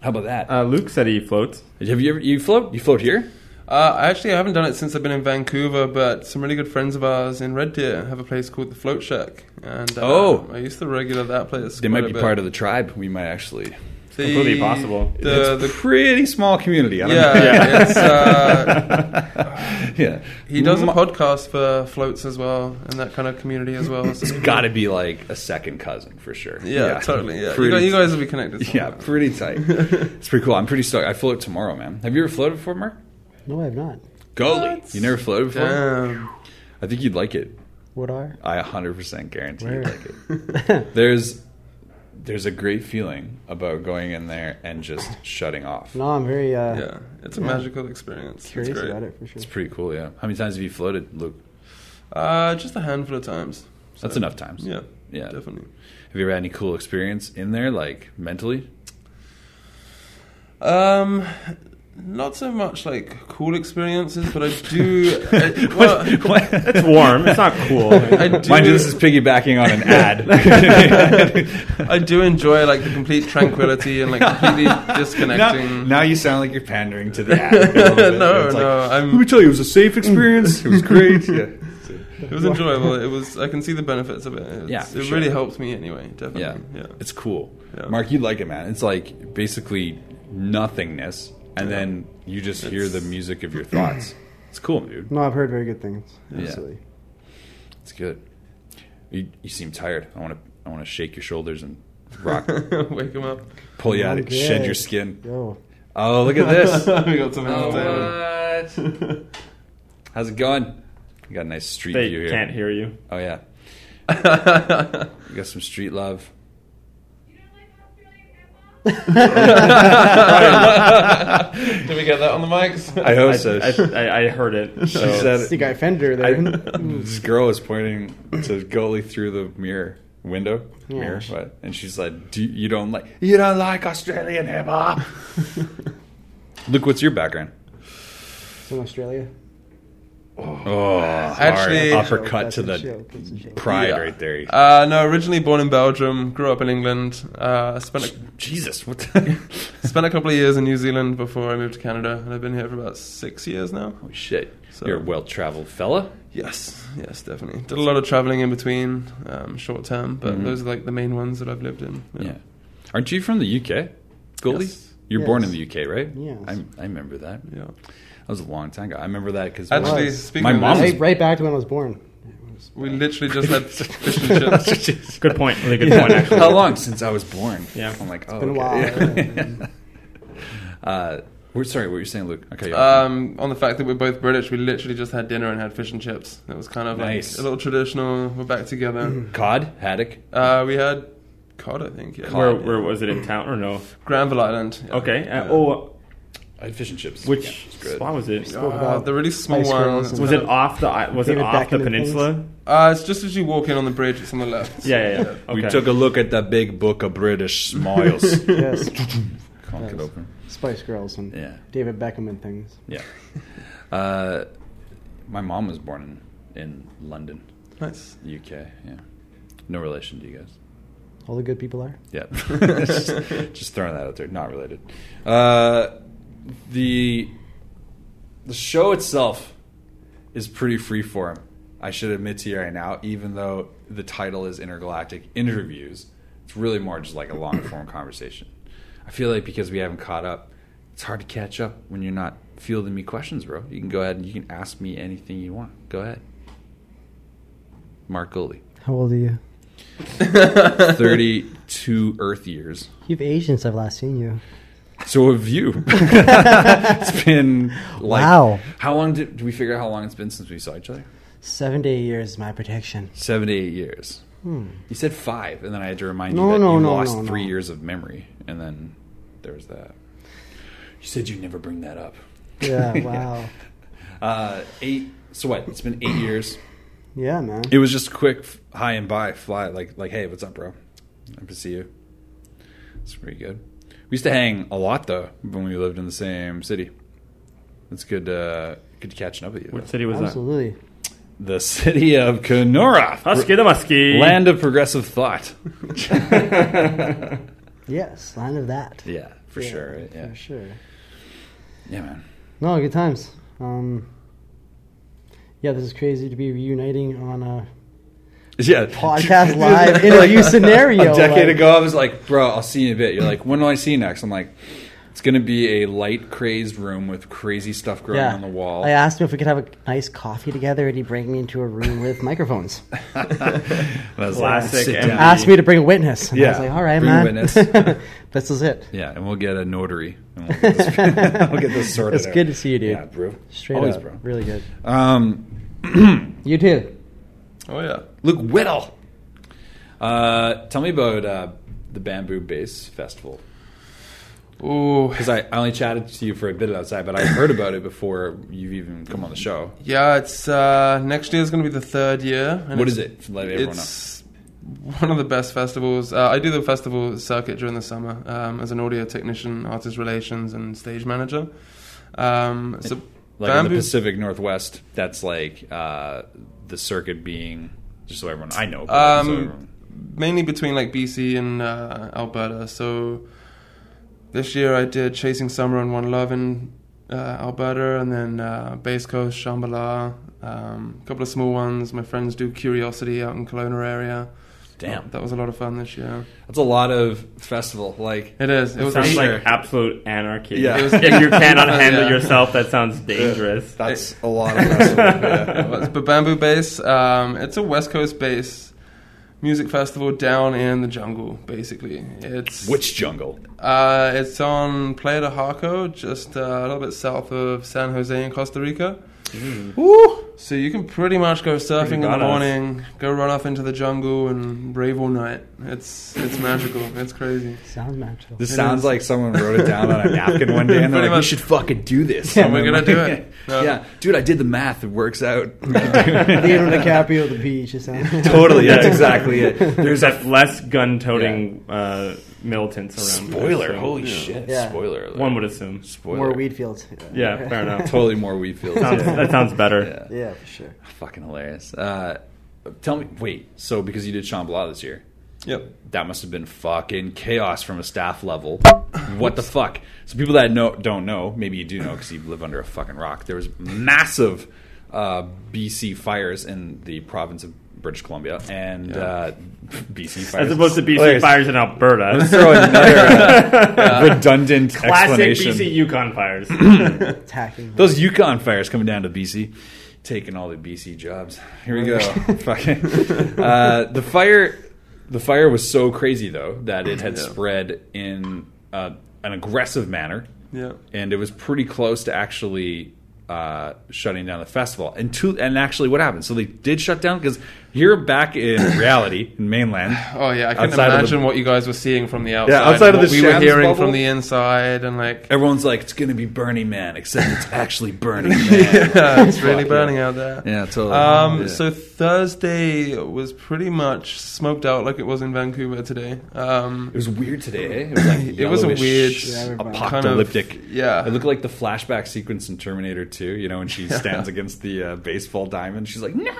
[SPEAKER 1] How about that?
[SPEAKER 4] Uh, Luke said he floats.
[SPEAKER 1] Have you ever, you float? You float here?
[SPEAKER 2] Uh, I actually haven't done it since I've been in Vancouver, but some really good friends of ours in Red Deer have a place called the Float Shack, and uh,
[SPEAKER 1] Oh.
[SPEAKER 2] I used to regular that place.
[SPEAKER 1] They might be part of the tribe. We might actually.
[SPEAKER 2] the,
[SPEAKER 4] Completely possible.
[SPEAKER 2] The, the,
[SPEAKER 1] pretty small community. I don't
[SPEAKER 2] yeah,
[SPEAKER 1] know.
[SPEAKER 2] it's,
[SPEAKER 1] [laughs]
[SPEAKER 2] uh,
[SPEAKER 1] yeah.
[SPEAKER 2] he does a
[SPEAKER 1] Mu-
[SPEAKER 2] podcast for floats as well, and that kind of community as well.
[SPEAKER 1] [laughs]
[SPEAKER 2] So
[SPEAKER 1] It's got to be like a second cousin for sure.
[SPEAKER 2] yeah, totally. Yeah, you
[SPEAKER 1] Pretty
[SPEAKER 2] guys, you guys will be connected.
[SPEAKER 1] [laughs] Yeah,
[SPEAKER 2] Somehow.
[SPEAKER 1] pretty tight.
[SPEAKER 2] [laughs]
[SPEAKER 1] it's pretty cool. I'm pretty stoked. I float tomorrow, man. Have you ever floated before, Mark?
[SPEAKER 3] No, I have not.
[SPEAKER 1] Goalie. You never floated before? [laughs]
[SPEAKER 2] Damn.
[SPEAKER 1] I think you'd like it. [laughs]
[SPEAKER 3] What are?
[SPEAKER 1] I 100% guarantee
[SPEAKER 3] Where?
[SPEAKER 1] you'd like it. There's there's a great feeling about going in there and just shutting off.
[SPEAKER 3] [laughs] No, I'm very uh,
[SPEAKER 2] Yeah, it's a magical experience. It's
[SPEAKER 3] curious
[SPEAKER 2] great.
[SPEAKER 3] about it for sure.
[SPEAKER 1] It's pretty cool, yeah. How many times have you floated, Luke?
[SPEAKER 2] Uh, just a handful of times.
[SPEAKER 1] That's
[SPEAKER 2] So,
[SPEAKER 1] enough times.
[SPEAKER 2] Yeah,
[SPEAKER 1] Yeah.
[SPEAKER 2] definitely.
[SPEAKER 1] Have you ever had any cool experience in there, like mentally?
[SPEAKER 2] Um, not so much like cool experiences, but I
[SPEAKER 1] [laughs]
[SPEAKER 2] do.
[SPEAKER 4] [laughs]
[SPEAKER 2] I, well,
[SPEAKER 4] It's warm. It's not cool.
[SPEAKER 2] I do.
[SPEAKER 1] Mind you, this is piggybacking on an ad.
[SPEAKER 2] [laughs] I do enjoy like the complete tranquility and like
[SPEAKER 1] [laughs]
[SPEAKER 2] completely
[SPEAKER 1] now,
[SPEAKER 2] disconnecting.
[SPEAKER 1] now you sound like you're pandering to the ad.
[SPEAKER 2] [laughs]
[SPEAKER 1] a little bit.
[SPEAKER 2] No,
[SPEAKER 1] It's like,
[SPEAKER 2] no, I'm-
[SPEAKER 1] Let me tell you, it was a safe experience. It was
[SPEAKER 2] [laughs]
[SPEAKER 1] great. yeah.
[SPEAKER 2] It was enjoyable. It was. I can see the benefits of it. It's,
[SPEAKER 1] Yeah,
[SPEAKER 2] it
[SPEAKER 1] for
[SPEAKER 2] really
[SPEAKER 1] sure.
[SPEAKER 2] helped me anyway. Definitely.
[SPEAKER 1] yeah,
[SPEAKER 2] yeah.
[SPEAKER 1] it's cool.
[SPEAKER 2] Yeah.
[SPEAKER 1] Mark, you like it, man. It's like basically nothingness, and
[SPEAKER 2] Yeah.
[SPEAKER 1] then you just hear
[SPEAKER 2] It's-
[SPEAKER 1] the music of your thoughts. it's cool, dude.
[SPEAKER 3] [laughs] No, I've heard very good things.
[SPEAKER 1] Yeah.
[SPEAKER 3] Absolutely.
[SPEAKER 1] It's good. You, you seem tired. I want to. I want to shake your shoulders and rock, [laughs]
[SPEAKER 2] [laughs] Wake him up.
[SPEAKER 1] pull you out,
[SPEAKER 3] I'm
[SPEAKER 1] and shed your
[SPEAKER 3] good.
[SPEAKER 1] skin. [laughs]
[SPEAKER 3] Yo, [laughs]
[SPEAKER 2] [laughs]
[SPEAKER 1] Oh, look at this.
[SPEAKER 2] we got something
[SPEAKER 1] Oh,
[SPEAKER 2] else.
[SPEAKER 1] what? How's it going? We got a nice street
[SPEAKER 4] They
[SPEAKER 1] view here.
[SPEAKER 4] can't hear you.
[SPEAKER 1] Oh yeah,
[SPEAKER 2] [laughs]
[SPEAKER 1] we got some street love.
[SPEAKER 5] You don't like Australian grandma?
[SPEAKER 2] Did we get that on the mics?
[SPEAKER 1] I hope
[SPEAKER 4] I,
[SPEAKER 1] so.
[SPEAKER 4] I, I, I heard it.
[SPEAKER 1] [laughs] she
[SPEAKER 4] so-
[SPEAKER 1] said it.
[SPEAKER 3] You got Fender there.
[SPEAKER 1] [laughs] this girl was pointing to Goalie through the mirror window,
[SPEAKER 3] Yeah.
[SPEAKER 1] mirror, what? and she's like, Do "You don't like you don't like Australian hip hop."
[SPEAKER 3] Hmm.
[SPEAKER 1] [laughs] Luke, what's your background?
[SPEAKER 3] From Australia.
[SPEAKER 1] Oh,
[SPEAKER 2] Actually-
[SPEAKER 1] hard uppercut
[SPEAKER 3] That's
[SPEAKER 1] to
[SPEAKER 3] a
[SPEAKER 1] the
[SPEAKER 3] joke, that's a joke.
[SPEAKER 1] pride
[SPEAKER 2] Yeah.
[SPEAKER 1] right there.
[SPEAKER 2] Uh, no, originally born in Belgium, grew up in England. Uh, spent
[SPEAKER 1] Jesus, what? The [laughs]
[SPEAKER 2] a, spent a couple of years in New Zealand before I moved to Canada, and I've been here for about six years now.
[SPEAKER 1] Holy shit!
[SPEAKER 2] So-
[SPEAKER 1] You're a well-traveled fella.
[SPEAKER 2] Yes, yes, definitely. Did a lot of traveling in between, um, short term, but
[SPEAKER 1] Mhm.
[SPEAKER 2] those are like the main ones that I've lived in.
[SPEAKER 1] Yeah. Aren't you from the UK? Goalie?
[SPEAKER 2] Yes.
[SPEAKER 1] You're born in
[SPEAKER 3] Yes.
[SPEAKER 1] the UK, right?
[SPEAKER 3] Yes.
[SPEAKER 1] I, I remember that.
[SPEAKER 2] yeah.
[SPEAKER 1] That was a long time ago. I remember that because
[SPEAKER 2] Actually,
[SPEAKER 3] was.
[SPEAKER 2] speaking
[SPEAKER 1] My
[SPEAKER 2] of
[SPEAKER 1] mom
[SPEAKER 2] this,
[SPEAKER 3] Right, right back to when I was born.
[SPEAKER 2] we literally
[SPEAKER 1] [laughs]
[SPEAKER 2] just had fish and chips.
[SPEAKER 4] Good point. Really good point. Actually,
[SPEAKER 1] How long since I was born?
[SPEAKER 4] Yeah.
[SPEAKER 1] I'm like, oh,
[SPEAKER 3] been a
[SPEAKER 1] okay. [laughs] uh, we're sorry. What were you saying, Luke? Okay. you're off.
[SPEAKER 2] Um, on the fact that we're both British, we literally just had dinner and had fish and chips. It was kind of
[SPEAKER 1] Nice. Mm-hmm.
[SPEAKER 2] like a little traditional. We're back together.
[SPEAKER 1] cod, haddock.
[SPEAKER 2] uh, we had cod, I think. Yeah.
[SPEAKER 4] where, where was it in town or no?
[SPEAKER 2] Granville Island. yeah.
[SPEAKER 4] Okay. Uh, oh,
[SPEAKER 1] I had fish and chips. Yeah,
[SPEAKER 4] which
[SPEAKER 1] it's good.
[SPEAKER 4] spot was it?
[SPEAKER 2] Uh,
[SPEAKER 3] Spoke about
[SPEAKER 2] the really small
[SPEAKER 3] ice
[SPEAKER 2] one.
[SPEAKER 3] girls and-
[SPEAKER 4] Was it off the i- was it
[SPEAKER 3] David
[SPEAKER 4] off the
[SPEAKER 3] Beckham and things?
[SPEAKER 4] peninsula?
[SPEAKER 2] Uh, it's just as you walk in on the bridge, it's on the left.
[SPEAKER 4] Yeah, yeah, yeah. Okay.
[SPEAKER 1] We took a look at the big book of British
[SPEAKER 4] [laughs]
[SPEAKER 1] smiles. [laughs]
[SPEAKER 3] [laughs] Yes.
[SPEAKER 1] Conk it open.
[SPEAKER 3] Spice Girls and
[SPEAKER 1] Yeah.
[SPEAKER 3] David Beckham and things.
[SPEAKER 1] Yeah. [laughs] Uh, my mom was born in, in London,
[SPEAKER 2] [laughs] Nice.
[SPEAKER 1] UK. Yeah. No relation to you guys.
[SPEAKER 3] All the good people are.
[SPEAKER 1] Yeah. [laughs] just, just throwing that out there. Not related. Uh, the the show itself is pretty freeform. I should admit to you right now, even though the title is Intergalactic Interviews, it's really more just like a long form conversation. I feel like because we haven't caught up, it's hard to catch up when you're not fielding me questions, bro. You can go ahead and you can ask me anything you want. Go ahead. Mark Goldie.
[SPEAKER 3] How old are you?
[SPEAKER 1] 32 Earth years.
[SPEAKER 3] You've aged since I've last seen you.
[SPEAKER 1] So have you. [laughs] it's been like
[SPEAKER 3] Wow.
[SPEAKER 1] How long did, did we figure out how long it's been since we saw each other?
[SPEAKER 3] Seven to eight years is my prediction.
[SPEAKER 1] Seven to eight years. You said five, and then I had to remind you
[SPEAKER 3] Hmm. No,
[SPEAKER 1] that
[SPEAKER 3] no,
[SPEAKER 1] you
[SPEAKER 3] no,
[SPEAKER 1] lost
[SPEAKER 3] no, no.
[SPEAKER 1] three years of memory, and then there was that. You said you never bring that up. [laughs]
[SPEAKER 3] Yeah, wow.
[SPEAKER 1] Uh, eight. So what? It's been eight years.
[SPEAKER 3] yeah, man.
[SPEAKER 1] It was just a quick f- hi and bye, fly like like hey, what's up, bro? Nice to see you. It's pretty good. We used to hang a lot though when we lived in the same city. It's good. Uh, good catching up with you.
[SPEAKER 4] Which city was
[SPEAKER 3] Absolutely.
[SPEAKER 1] The city of Kenora,
[SPEAKER 4] that? Huskidamuski.
[SPEAKER 1] land of progressive thought.
[SPEAKER 3] Yes, line of that.
[SPEAKER 1] [laughs] Yeah, for
[SPEAKER 3] Yeah,
[SPEAKER 1] sure. right? Yeah,
[SPEAKER 3] For sure.
[SPEAKER 1] yeah, man.
[SPEAKER 3] No, good times. Um, yeah, this is crazy to be reuniting on a
[SPEAKER 1] Yeah, [laughs]
[SPEAKER 3] podcast live interview scenario.
[SPEAKER 1] a decade
[SPEAKER 3] like-
[SPEAKER 1] ago, I was like, "Bro, I'll see you in a bit." You're like, "When will I see you next?" I'm like, "It's gonna be a light crazed room with crazy stuff growing
[SPEAKER 3] Yeah.
[SPEAKER 1] on the wall." [laughs]
[SPEAKER 3] I asked him if we could have a nice coffee together, and he bring me into a room
[SPEAKER 1] [laughs]
[SPEAKER 3] with [laughs] microphones.
[SPEAKER 1] And I was
[SPEAKER 4] Classic
[SPEAKER 1] "Sit
[SPEAKER 4] MD.
[SPEAKER 1] down."
[SPEAKER 3] asked me to bring a witness. And I was
[SPEAKER 1] Yeah.
[SPEAKER 3] like, all right,
[SPEAKER 1] Bring a
[SPEAKER 3] man.
[SPEAKER 1] witness.
[SPEAKER 3] [laughs] this is it.
[SPEAKER 1] Yeah, and we'll get a
[SPEAKER 3] [laughs]
[SPEAKER 1] notary. And we'll, get this, [laughs] we'll get this sorted.
[SPEAKER 3] It's
[SPEAKER 1] out.
[SPEAKER 3] good to see you, dude.
[SPEAKER 1] Yeah, bro.
[SPEAKER 3] Straight
[SPEAKER 1] Always,
[SPEAKER 3] up.
[SPEAKER 1] bro.
[SPEAKER 3] Really good.
[SPEAKER 1] Um,
[SPEAKER 3] You too.
[SPEAKER 2] Oh yeah.
[SPEAKER 1] Luke Whittle. Uh, tell me about uh, the Bamboo Bass Festival.
[SPEAKER 2] Ooh.
[SPEAKER 1] Because I, I only chatted to you for a bit outside, but I heard about it before you've even come on the show.
[SPEAKER 2] Yeah, it's uh, next year is going to be the third year. and
[SPEAKER 1] What
[SPEAKER 2] it's-
[SPEAKER 1] is it? Let everyone know.
[SPEAKER 2] It's one of the best festivals. Uh, I do the festival circuit during the summer um, as an audio technician, artist relations, and stage manager. Um, so
[SPEAKER 1] Like in
[SPEAKER 2] Bamboo-
[SPEAKER 1] the Pacific Northwest, that's like uh, the circuit being, just so everyone, I know. but so
[SPEAKER 2] Um,
[SPEAKER 1] everyone-
[SPEAKER 2] mainly between like BC and uh, Alberta. So this year I did Chasing Summer and One Love in uh, Alberta, and then uh, Base Coast, Shambhala, um, a couple of small ones. My friends do Curiosity out in Kelowna area.
[SPEAKER 1] damn.
[SPEAKER 2] that was a lot of fun this year.
[SPEAKER 1] That's a lot of festival. Like,
[SPEAKER 2] It is. It, was [laughs]
[SPEAKER 4] sounds
[SPEAKER 2] eight-
[SPEAKER 1] Sure.
[SPEAKER 4] like absolute
[SPEAKER 1] [laughs]
[SPEAKER 4] anarchy.
[SPEAKER 1] Yeah.
[SPEAKER 4] if you cannot handle
[SPEAKER 2] Yeah.
[SPEAKER 4] yourself, that sounds dangerous.
[SPEAKER 1] that's a lot of [laughs] festival.
[SPEAKER 2] Yeah, well, it's B- Bamboo Bass. Um, it's a West Coast bass music festival down in the jungle, basically. It's
[SPEAKER 1] Witch Jungle.
[SPEAKER 2] Uh, it's on Playa
[SPEAKER 1] Mm.
[SPEAKER 2] de Harco, just uh, a little bit south of San Jose in Costa Rica. Woo! So you can pretty much go surfing in the
[SPEAKER 4] badass.
[SPEAKER 2] morning, go run off into the jungle and rave all night.
[SPEAKER 1] [laughs]
[SPEAKER 2] It's it's magical. It's crazy.
[SPEAKER 3] Sounds magical. [laughs]
[SPEAKER 1] This
[SPEAKER 2] It
[SPEAKER 1] sounds
[SPEAKER 2] is.
[SPEAKER 1] like someone wrote it down [laughs] on a napkin one day and they're like,
[SPEAKER 2] Pretty
[SPEAKER 1] we
[SPEAKER 2] much.
[SPEAKER 1] should fucking do this.
[SPEAKER 3] Yeah,
[SPEAKER 1] And
[SPEAKER 2] we're
[SPEAKER 1] I'm
[SPEAKER 2] gonna do
[SPEAKER 1] like,
[SPEAKER 2] it. No.
[SPEAKER 1] [laughs] Yeah, dude, I did the math. It works out. [laughs]
[SPEAKER 3] Leonardo DiCaprio at the beach. It sounds.
[SPEAKER 1] totally.
[SPEAKER 3] [laughs]
[SPEAKER 1] That's exactly it. There's
[SPEAKER 4] [laughs] There's
[SPEAKER 1] a
[SPEAKER 4] that less gun-toting uh, militants around. there,
[SPEAKER 1] spoiler.
[SPEAKER 4] so-
[SPEAKER 1] Holy shit.
[SPEAKER 3] Yeah.
[SPEAKER 1] Spoiler. alert.
[SPEAKER 4] One would assume.
[SPEAKER 1] Spoiler.
[SPEAKER 3] More weed fields.
[SPEAKER 4] Yeah, fair enough.
[SPEAKER 1] Totally more weed fields.
[SPEAKER 4] Sounds,
[SPEAKER 1] yeah.
[SPEAKER 4] that sounds better.
[SPEAKER 1] Yeah.
[SPEAKER 3] [laughs] Yeah, for sure.
[SPEAKER 1] Fucking hilarious. Uh, tell me, wait, so because you did Shambhala this year,
[SPEAKER 2] Yep.
[SPEAKER 1] that must have been fucking chaos from a staff level. What the fuck? So people that know don't know, maybe you do know because you live under a fucking rock. There was massive uh, BC fires in the province of British Columbia and uh, BC fires
[SPEAKER 4] As opposed to BC
[SPEAKER 1] Hilarious.
[SPEAKER 4] fires in
[SPEAKER 1] [laughs]
[SPEAKER 4] Alberta.
[SPEAKER 1] Throw another
[SPEAKER 4] [laughs]
[SPEAKER 1] uh, redundant
[SPEAKER 4] Classic
[SPEAKER 1] explanation.
[SPEAKER 4] BC Yukon [clears throat] fires.
[SPEAKER 3] Attacking.
[SPEAKER 1] Those Yukon fires coming down to BC, taking all the BC jobs. Here we go. [laughs] Fucking uh, the fire. The fire was so crazy though that it had
[SPEAKER 2] Yeah.
[SPEAKER 1] spread in uh, an aggressive manner,
[SPEAKER 2] Yeah.
[SPEAKER 1] and it was pretty close to actually uh, shutting down the festival. And two, and actually, what happened? So they did shut down because you're back in reality in mainland.
[SPEAKER 2] Oh yeah, I couldn't
[SPEAKER 1] Outside of the-
[SPEAKER 2] imagine what you guys were seeing from the outside.
[SPEAKER 1] outside of
[SPEAKER 2] what
[SPEAKER 1] the
[SPEAKER 2] we were
[SPEAKER 1] Shams
[SPEAKER 2] hearing
[SPEAKER 1] bubble.
[SPEAKER 2] from the inside, and
[SPEAKER 1] [laughs]
[SPEAKER 2] like
[SPEAKER 1] Everyone's like, it's going to be Burning Man, except it's actually Burning Man.
[SPEAKER 2] yeah, it's really burning out there.
[SPEAKER 1] yeah, totally.
[SPEAKER 2] Um,
[SPEAKER 1] Yeah.
[SPEAKER 2] So Thursday was pretty much smoked out like it was in Vancouver today. Um,
[SPEAKER 1] It was weird today. Eh? [clears throat] It was like yellowish,
[SPEAKER 2] It was a weird
[SPEAKER 3] kind of-
[SPEAKER 1] apocalyptic.
[SPEAKER 2] yeah.
[SPEAKER 1] It looked like the flashback sequence in Terminator 2, you know, when she stands against the uh, baseball diamond. She's like, no!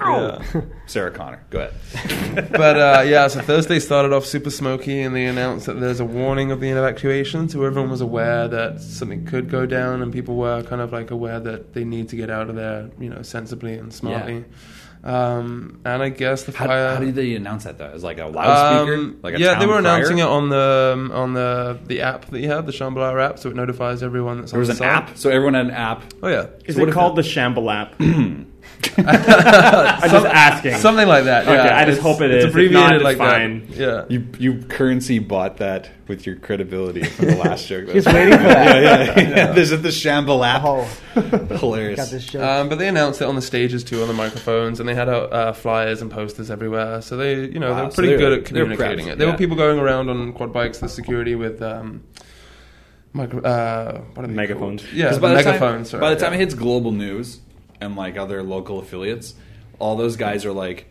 [SPEAKER 2] Yeah.
[SPEAKER 1] [laughs] Sarah Connor, go ahead.
[SPEAKER 2] but uh, yeah, so Thursday started off super smoky, and they announced that there's a warning of the evacuation, so everyone was aware that something could go down, and people were kind of like aware that they need to get out of there, you know, sensibly and smartly. Um, and I guess the
[SPEAKER 1] how,
[SPEAKER 2] fire.
[SPEAKER 1] how did they announce that, though? As like a loudspeaker?
[SPEAKER 2] Um,
[SPEAKER 1] like a
[SPEAKER 2] yeah,
[SPEAKER 1] town
[SPEAKER 2] they
[SPEAKER 1] crier?
[SPEAKER 2] were announcing it on the um, on the the app that you have, the Shambhala app, so it notifies everyone that's
[SPEAKER 1] There was
[SPEAKER 2] on
[SPEAKER 1] an
[SPEAKER 2] the site.
[SPEAKER 1] app. So everyone had an app.
[SPEAKER 2] Oh yeah,
[SPEAKER 4] Is
[SPEAKER 1] So what
[SPEAKER 4] it
[SPEAKER 1] if
[SPEAKER 4] called the Shambalap? [laughs] I'm just asking.
[SPEAKER 2] something like that.
[SPEAKER 4] Okay,
[SPEAKER 2] yeah.
[SPEAKER 4] I
[SPEAKER 2] It's-
[SPEAKER 4] just hope it
[SPEAKER 2] it's
[SPEAKER 4] is. If
[SPEAKER 2] abbreviated
[SPEAKER 4] not, it's
[SPEAKER 2] like
[SPEAKER 4] fine.
[SPEAKER 2] that. Yeah.
[SPEAKER 1] You, you currency bought that with your credibility from the last
[SPEAKER 3] [laughs]
[SPEAKER 1] joke.
[SPEAKER 3] Just
[SPEAKER 1] [laughs]
[SPEAKER 3] waiting for that.
[SPEAKER 1] yeah, yeah, yeah. There's the shamble app.
[SPEAKER 3] Oh,
[SPEAKER 1] Hilarious.
[SPEAKER 3] got this shit.
[SPEAKER 2] Um, but they announced it on the stages too, on the microphones, and they had out uh, flyers and posters everywhere. So they, you know,
[SPEAKER 1] Wow,
[SPEAKER 2] they were
[SPEAKER 1] so
[SPEAKER 2] pretty
[SPEAKER 1] they were-
[SPEAKER 2] good at
[SPEAKER 1] they were
[SPEAKER 2] communicating
[SPEAKER 1] prepped,
[SPEAKER 2] it. There
[SPEAKER 1] yeah.
[SPEAKER 2] were people going around on quad bikes, the security with um, micro, uh, what are they
[SPEAKER 4] [clears throat] Megaphones.
[SPEAKER 2] called? Yeah,
[SPEAKER 1] Because by the
[SPEAKER 2] megaphones.
[SPEAKER 1] time,
[SPEAKER 2] sorry,
[SPEAKER 1] by the time
[SPEAKER 2] yeah.
[SPEAKER 1] it hits global news and like other local affiliates, all those guys are like,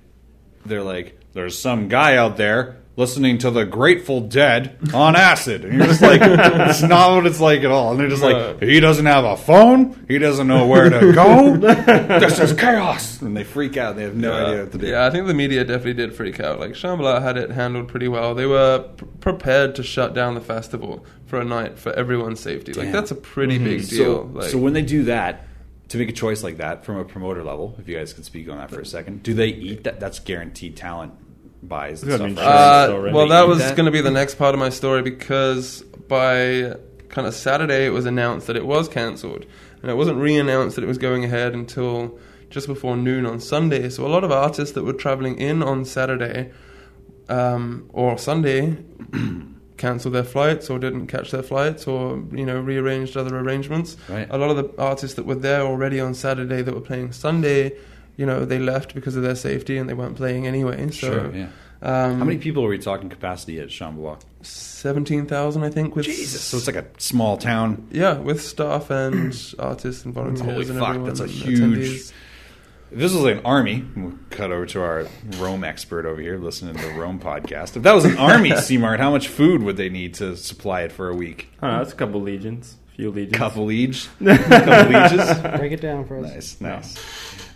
[SPEAKER 1] they're like, there's some guy out there listening to the Grateful Dead on acid, and you're just
[SPEAKER 2] [laughs]
[SPEAKER 1] like, it's not what it's like at all. And they're just like, he doesn't have a phone, he doesn't know where to
[SPEAKER 2] [laughs]
[SPEAKER 1] go. this is chaos, and they freak out. They have no idea what to do.
[SPEAKER 2] Yeah, I think the media definitely did freak out. Like Shambhala had it handled pretty well. They were p- prepared to shut down the festival for a night for everyone's safety.
[SPEAKER 1] Damn. Mm-hmm.
[SPEAKER 2] Like that's a pretty big deal.
[SPEAKER 1] So,
[SPEAKER 2] like,
[SPEAKER 1] so when they do that, to make a choice like that from a promoter level, if you guys could speak on that for a second, do they eat that? That's guaranteed talent buys and
[SPEAKER 4] Yeah, I
[SPEAKER 1] stuff.
[SPEAKER 4] mean,
[SPEAKER 1] right?
[SPEAKER 4] sure.
[SPEAKER 2] Uh,
[SPEAKER 4] already.
[SPEAKER 2] well, that was
[SPEAKER 1] That-
[SPEAKER 2] going to be the next part of my story because by kind of Saturday, it was announced that it was cancelled. And it wasn't re announced that it was going ahead until just before noon on Sunday. So a lot of artists that were traveling in on Saturday um,
[SPEAKER 1] [coughs]
[SPEAKER 2] or Sunday cancelled their flights or didn't catch their flights or, you know, rearranged other arrangements.
[SPEAKER 1] Right.
[SPEAKER 2] A lot of the artists that were there already on Saturday that were playing Sunday. You know, they left because of their safety and they weren't playing anyway. So,
[SPEAKER 1] Sure, yeah.
[SPEAKER 2] um,
[SPEAKER 1] How many people are we talking capacity at Shambhala?
[SPEAKER 2] seventeen thousand, I think. With
[SPEAKER 1] So it's like a small town.
[SPEAKER 2] yeah, with staff and artists and volunteers.
[SPEAKER 1] Holy
[SPEAKER 2] and
[SPEAKER 1] fuck,
[SPEAKER 2] everyone
[SPEAKER 1] that's a
[SPEAKER 2] and
[SPEAKER 1] huge-
[SPEAKER 2] attendees.
[SPEAKER 1] If this was an army, we'll cut over to our Rome expert over here listening to the Rome podcast. If that was
[SPEAKER 2] [laughs]
[SPEAKER 1] an army, C-Mart, how much food would they need to supply it for a week?
[SPEAKER 4] I don't know, it's a couple legions. A few legions.
[SPEAKER 1] Couple
[SPEAKER 2] [laughs]
[SPEAKER 1] each? Couple eaches?
[SPEAKER 3] Break it down for us.
[SPEAKER 1] Uh, Nice, nice.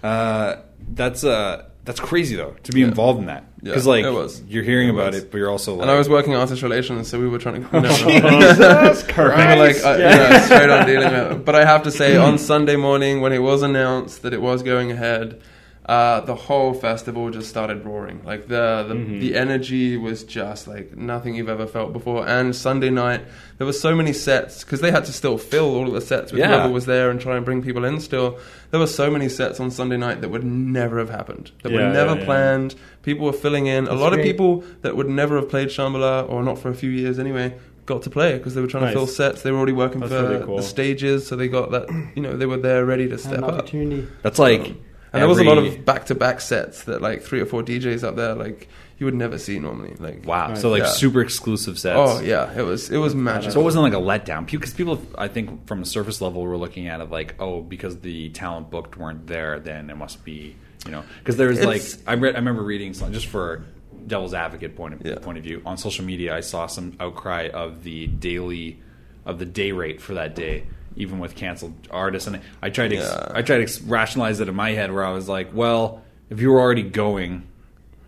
[SPEAKER 1] Uh, that's uh, that's crazy though to be involved in that
[SPEAKER 2] Yeah,
[SPEAKER 1] because like
[SPEAKER 2] it was.
[SPEAKER 1] you're hearing
[SPEAKER 2] It
[SPEAKER 1] about
[SPEAKER 2] was.
[SPEAKER 1] it, but you're also like,
[SPEAKER 2] And I [laughs] was Oh, working artist relations, so we were
[SPEAKER 1] [laughs]
[SPEAKER 2] trying to. No, no.
[SPEAKER 1] Jesus
[SPEAKER 2] We were like
[SPEAKER 1] Christ.
[SPEAKER 2] uh, yeah, straight on dealing with it. But I have to say, on Sunday morning when it was announced that it was going ahead, uh, the whole festival just started roaring. Like the the, the energy was just like nothing you've ever felt before. And Sunday night there were so many sets because they had to still fill all of the sets with
[SPEAKER 1] Yeah.
[SPEAKER 2] whoever was there and try and bring people in. Still, there were so many sets on Sunday night that would never have happened. That
[SPEAKER 4] Yeah,
[SPEAKER 2] were never
[SPEAKER 4] yeah, yeah.
[SPEAKER 2] planned. People were filling in. a lot of
[SPEAKER 3] great.
[SPEAKER 2] people that would never have played Shambhala or not for a few years anyway got to play because they were trying
[SPEAKER 4] Nice.
[SPEAKER 2] to fill sets. They were already working
[SPEAKER 4] That's
[SPEAKER 2] for
[SPEAKER 4] really cool.
[SPEAKER 2] the stages, so they got that. You know, they were there ready to
[SPEAKER 3] Had
[SPEAKER 2] step
[SPEAKER 3] an
[SPEAKER 2] up.
[SPEAKER 3] opportunity.
[SPEAKER 1] That's like
[SPEAKER 2] And there was a lot
[SPEAKER 1] Every-
[SPEAKER 2] of back-to-back sets that like three or four DJs up there like you would never see normally. Like
[SPEAKER 1] Wow.
[SPEAKER 4] Right.
[SPEAKER 1] So like
[SPEAKER 2] Yeah.
[SPEAKER 1] super exclusive sets.
[SPEAKER 2] Oh yeah, it was it was magical.
[SPEAKER 1] So it wasn't like a letdown because people, I think, from a surface level, were looking at it like, oh, because the talent booked weren't there, then it must be, you know, because there's like
[SPEAKER 2] It's-
[SPEAKER 1] I read, I remember reading some just for devil's advocate point of
[SPEAKER 2] Yeah.
[SPEAKER 1] point of view on social media, I saw some outcry of the daily of the day rate for that day. Even with canceled artists, and I tried to ex-
[SPEAKER 2] Yeah.
[SPEAKER 1] I tried to ex- rationalize it in my head, where I was like, "Well, if you were already going,